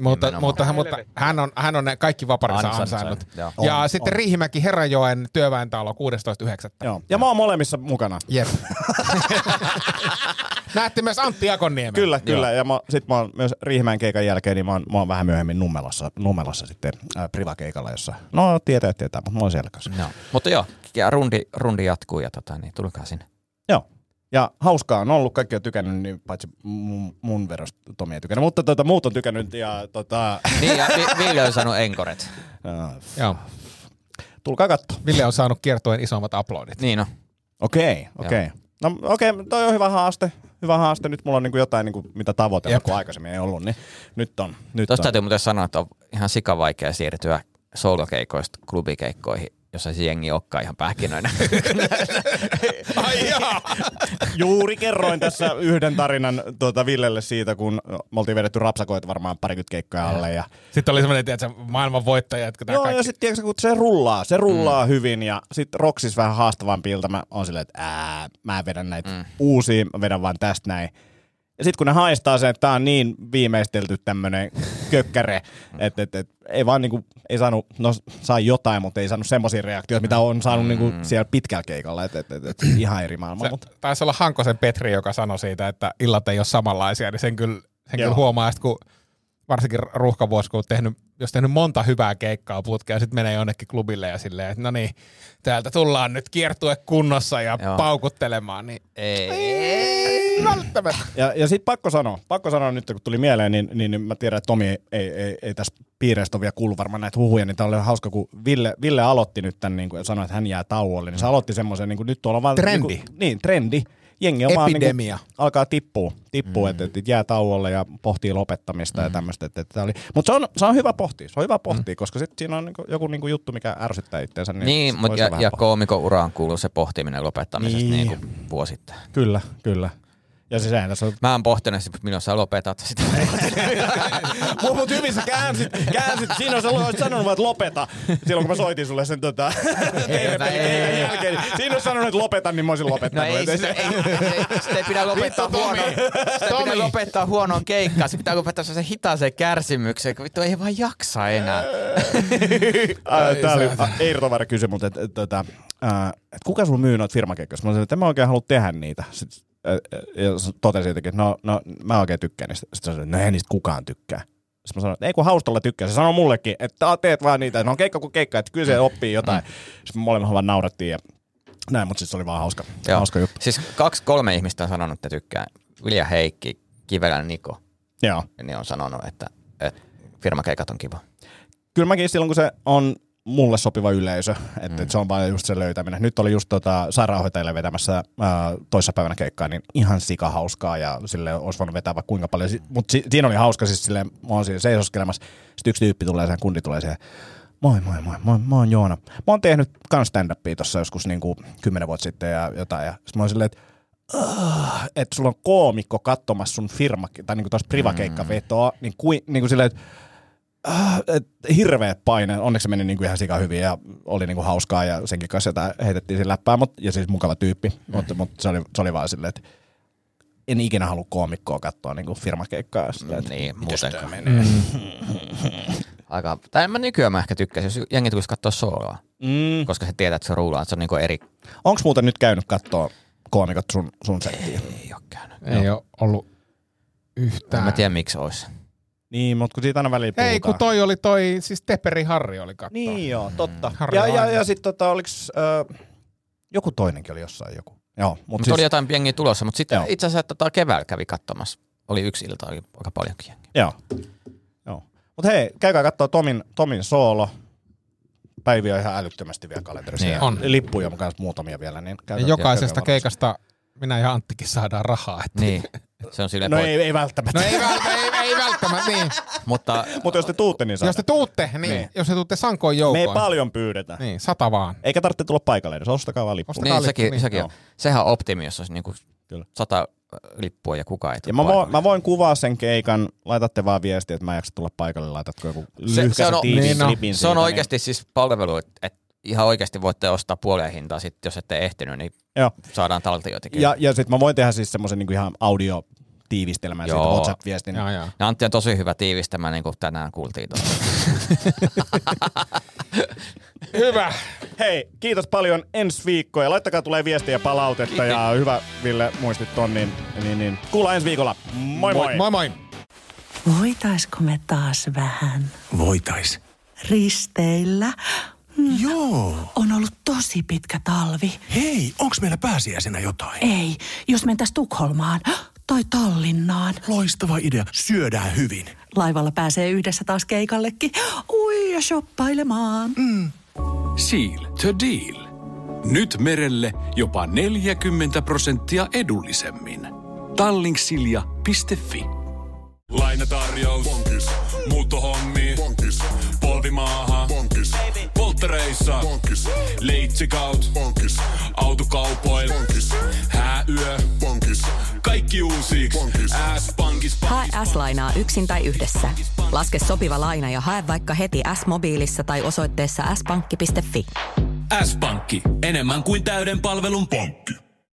D: Mutta,
G: Nimenomaan.
D: mutta, mutta hän, on, hän on ne kaikki vaparinsa
G: Ansainnut sen,
D: ansainnut.
G: joo.
D: Ja
E: On,
D: sitten Riihimäki Herrajoen työväentalo 16.9.
E: Joo. Ja mä oon molemmissa mukana.
D: Jep. Näette myös Antti Jakonniemen.
E: Kyllä, kyllä. Ja mä, sit mä oon myös Riihimäen keikan jälkeen, niin mä oon, mä oon vähän myöhemmin Nummelassa, Nummelassa sitten ää, privakeikalla, jossa... No, tietää, tietää, mutta mä oon siellä kanssa.
G: No. Mutta joo, ja rundi, rundi jatkuu ja tota, niin tulkaa sinne.
E: Joo. Ja hauskaa on ollut, kaikki on tykännyt, niin paitsi mun, mun verosta Tomi ei tykännyt, mutta tota, muut on tykännyt ja tota,
G: Niin, ja Vi- Ville on saanut enkoret.
E: ää,
D: Joo.
E: tulkaa katsoa.
D: Ville on saanut kiertojen isommat aplodit.
G: Niin no.
E: Okei, okei. No okei, toi on hyvä haaste. Hyvä haaste. Nyt mulla on niinku jotain, niinku, mitä tavoitella,
D: Jep.
E: kun aikaisemmin ei ollut. Niin nyt on. Nyt
G: Tuosta
E: on.
G: täytyy muuten sanoa, että on ihan sikavaikea siirtyä soolokeikoista klubikeikkoihin, jos ei se jengi olekaan ihan pähkinöinä.
E: Ai jaa. Juuri kerroin tässä yhden tarinan tuota Villelle siitä, kun me oltiin vedetty rapsakoita varmaan parikymmentä keikkoja alle. Ja...
D: Sitten oli semmoinen, tiedätkö, maailman voittaja, että
E: Joo,
D: kaikki...
E: ja sitten tiedätkö, kun se rullaa, se rullaa mm. hyvin ja sitten Roksis vähän haastavampilta. Mä oon silleen, että ää, mä en vedän näitä mm. uusia, mä vedän vaan tästä näin. Ja sitten kun ne haistaa sen, että tää on niin viimeistelty tämmönen kökkäre, että et, et, ei vaan niinku, ei saanut, no sai jotain, mutta ei saanut semmoisia reaktioita, mitä on saanut niinku siellä pitkällä keikalla, että et, et, et, ihan eri maailma.
D: Se
E: Mutta.
D: taisi olla Hankosen Petri, joka sanoi siitä, että illat ei ole samanlaisia, niin sen kyllä, sen
E: Joo.
D: kyllä huomaa, että kun varsinkin ruuhkavuosi, kun on tehnyt, jos tehnyt monta hyvää keikkaa putkea, sitten menee jonnekin klubille ja silleen, että no niin, täältä tullaan nyt kiertue kunnossa ja Joo.
G: Joo.
D: paukuttelemaan, niin
G: ei.
D: ei välttämättä.
E: Ja, ja sitten pakko sanoa, pakko sanoa nyt kun tuli mieleen, niin, niin, niin mä tiedän, että Tomi ei, ei, ei, ei tässä piireistä ole vielä kuullut varmaan näitä huhuja, niin tämä oli hauska, kun Ville, Ville aloitti nyt tämän niin kuin, ja sanoi, että hän jää tauolle, niin se aloitti semmoisen, niin kuin, nyt tuolla on vaan...
D: Trendi.
E: Niin, kuin, niin trendi. Jengi on vaan, niin kuin,
D: Epidemia.
E: alkaa tippua, tippua mm. että et, et jää tauolle ja pohtii lopettamista mm. ja tämmöistä. Et, et, tää oli- Mutta se on, se on hyvä pohtia, se on hyvä pohtia, mm. koska sitten siinä on niin kuin, joku niin kuin, juttu, mikä ärsyttää itseensä. Niin,
G: Niin,
E: sit
G: mut
E: voi se
G: ja,
E: vähän
G: ja
E: pohtia.
G: koomikon uraan kuuluu se pohtiminen lopettamisesta
E: Niin.
G: niin. kuin vuosittain.
E: Kyllä, kyllä. Ja se sehän tässä on
G: Mä oon pohtinut, että milloin sä lopetat sitä.
E: Mut, mut hyvin sä käänsit, käänsit. Siinä on se, olisit sanonut vaan, että lopeta. Silloin kun mä soitin sulle sen tota, teidän
G: Ei,
E: pelin
G: ei, ei.
E: jälkeen. niin Siinä on sanonut, että lopeta, niin mä olisin
G: No
E: lopettanut.
G: ei,
E: Et
G: sitä, ei, ei, sitä ei pidä lopettaa
D: Vittu, Tomi.
G: huonoon, sitä ei pidä lopettaa huonoon keikkaan. Se pitää lopettaa se hitaaseen kärsimykseen, kun vittu ei vaan jaksa enää.
E: Ää, Tää oli ä, Eirto Vaara kysyi mut, että et, tota, ää, et kuka sulla myy noita firmakeikkoja? Mä sanoin, että en mä oikein halua tehdä niitä. Sit, ää, ja s- totesin jotenkin, että no, no mä oikein tykkään niistä. Sitten sanoin, että no ei niistä kukaan tykkää. Sitten mä sanoin, että ei kun haustolla tykkää. Se sanoi mullekin, että "Aa, teet vaan niitä. No keikka kuin keikka, että kyllä se oppii jotain. Sitten me molemmat vaan naurattiin ja näin, mutta siis se oli vaan hauska,
G: Joo.
E: hauska juttu.
G: Siis kaksi, kolme ihmistä on sanonut, että tykkää. Vilja Heikki, Kivelän Niko,
E: Joo.
G: niin on sanonut, että, että firmakeikat on kiva.
E: Kyllä mäkin silloin, kun se on mulle sopiva yleisö, että mm. se on vaan just se löytäminen. Nyt oli just tota, sairaanhoitajille vetämässä ää, toissapäivänä keikkaa, niin ihan sika hauskaa ja sille olisi voinut vetää vaikka kuinka paljon. Mutta si- siinä oli hauska, siis silleen, mä oon siinä seisoskelemassa, sitten yksi tyyppi tulee, sen kundi tulee siihen, moi moi moi, moi mä oon Joona. Mä oon tehnyt kans stand-upia tossa joskus niinku kymmenen vuotta sitten ja jotain, ja sit mä oon silleen, että että sulla on koomikko katsomassa sun firma, tai niinku tuossa privakeikkavetoa, niin, kuin, niin kuin silleen, että äh, et hirveä paine. Onneksi se meni niinku ihan sika hyvin ja oli niinku hauskaa ja senkin kanssa jotain heitettiin sen läppää, mut, ja siis mukava tyyppi, mutta mut se, oli, se oli vaan silleen, että en ikinä halua koomikkoa katsoa niinku firmakeikkaa. ja Sitä, että
G: Niin,
E: mites tää
G: muutenkaan.
E: menee.
G: Aika, tai mä nykyään mä ehkä tykkäisin, jos jengi tulisi katsoa sooloa,
E: Mm.
G: koska se tietää, että se ruulaa, että se on niinku eri.
E: Onks muuten nyt käynyt katsoa koomikot sun, sun settiin?
G: Ei ole käynyt.
D: Ei ole ollut
G: En mä
D: yhtään.
G: tiedä, miksi olisi.
E: Niin, mutta kun siitä aina välillä puhutaan.
D: Ei, kun toi oli toi, siis Teperi Harri oli kattoa.
E: Niin joo, totta.
D: Harri
E: Ja, ja,
D: Laine.
E: ja sitten tota, oliks, ö, joku toinenkin oli jossain joku. Joo, mutta
G: Mutta
E: siis,
G: oli jotain jengiä tulossa, mutta sitten
E: Joo.
G: itse asiassa tota keväällä kävi katsomassa oli yksi ilta, oli aika paljonkin jengiä.
E: Joo. Joo. Mutta hei, käykää katsoa Tomin, Tomin soolo. Päiviä on ihan älyttömästi vielä kalenterissa.
G: Niin
E: ja
D: on.
E: Lippuja on myös muutamia vielä. Niin käykää,
D: Ja jokaisesta
E: käykää
D: keikasta minä ja Anttikin saadaan rahaa. Että.
G: Niin, et se on silleen
E: varmasti. No
G: poik-
E: ei, ei välttämättä.
D: No ei, välttämättä, ei, ei välttämättä, niin.
G: Mutta
E: Mutta jos te tuutte, niin
D: Jos te
E: saadaan.
D: tuutte, niin,
E: Niin.
D: jos te tuutte sankoon
E: Me ei
D: joukoon,
E: paljon pyydetä. Niin.
D: niin sata vaan.
E: Eikä tarvitse tulla paikalle edes. Ostakaa vaan lippu.
D: Osta-
G: niin,
D: lippu,
G: sekin,
D: niin,
G: sekin
E: joo.
G: on. Sehän on optimi, jos olisi niinku
E: Kyllä.
G: sata lippua ja kukaan ei tule
E: Ja mä,
G: paikalle.
E: voin, mä voin kuvaa sen keikan, laitatte vaan viestiä, että mä en jaksa tulla paikalle, laitatko joku
G: se
E: lyhkäisen
G: on-
E: tiiviin
D: niin, no,
E: klipin
G: Se on
E: siitä,
G: oikeasti siis palvelu, että et ihan oikeasti voitte ostaa puoleen hintaa, sit, jos ette ehtinyt, niin
E: Niin, joo.
G: saadaan taltioon jotenkin.
E: Ja, ja sitten mä voin tehdä siis semmoisen niinku ihan audiotiivistelmän siitä
G: Joo.
E: WhatsApp-viestin.
D: Jaa, jaa.
G: Ja Antti on tosi hyvä tiivistämään, niin kuin tänään kuultiin tuossa.
D: Hyvä.
E: Hei, kiitos paljon ensi viikkoa ja laittakaa tulee viestiä ja palautetta ja hyvä Ville muistit ton, niin, niin, niin. kuullaan ensi viikolla. Moi moi!
D: Moi moi.
I: Voitaisko me taas vähän
J: Voitais.
I: risteillä? Mm,
J: Joo.
I: On ollut tosi pitkä talvi.
J: Hei, onks meillä pääsiäisenä jotain?
I: Ei, jos mentäis Tukholmaan tai Tallinnaan.
J: Loistava idea. Syödään hyvin.
I: Laivalla pääsee yhdessä taas keikallekin. Ui ja shoppailemaan.
J: Seal to deal. Nyt merelle jopa 40 prosenttia edullisemmin. Tallinksilja.fi Lainatarjous. Bonkis. Muuttohommi. Bonkis. Polvimaaha. Bonkis. Polttereissa. Bonkis. Leitsikaut. Bonkis. Autokaupoil. Bonkis. Hääyö. Bonkis. Kaikki uusi. S-pankis.
K: Hae
J: pankis,
K: S-lainaa yksin tai yhdessä. Laske sopiva laina ja hae vaikka heti S-mobiilissa tai osoitteessa s-pankki.fi.
J: S-pankki. Enemmän kuin täyden palvelun pankki.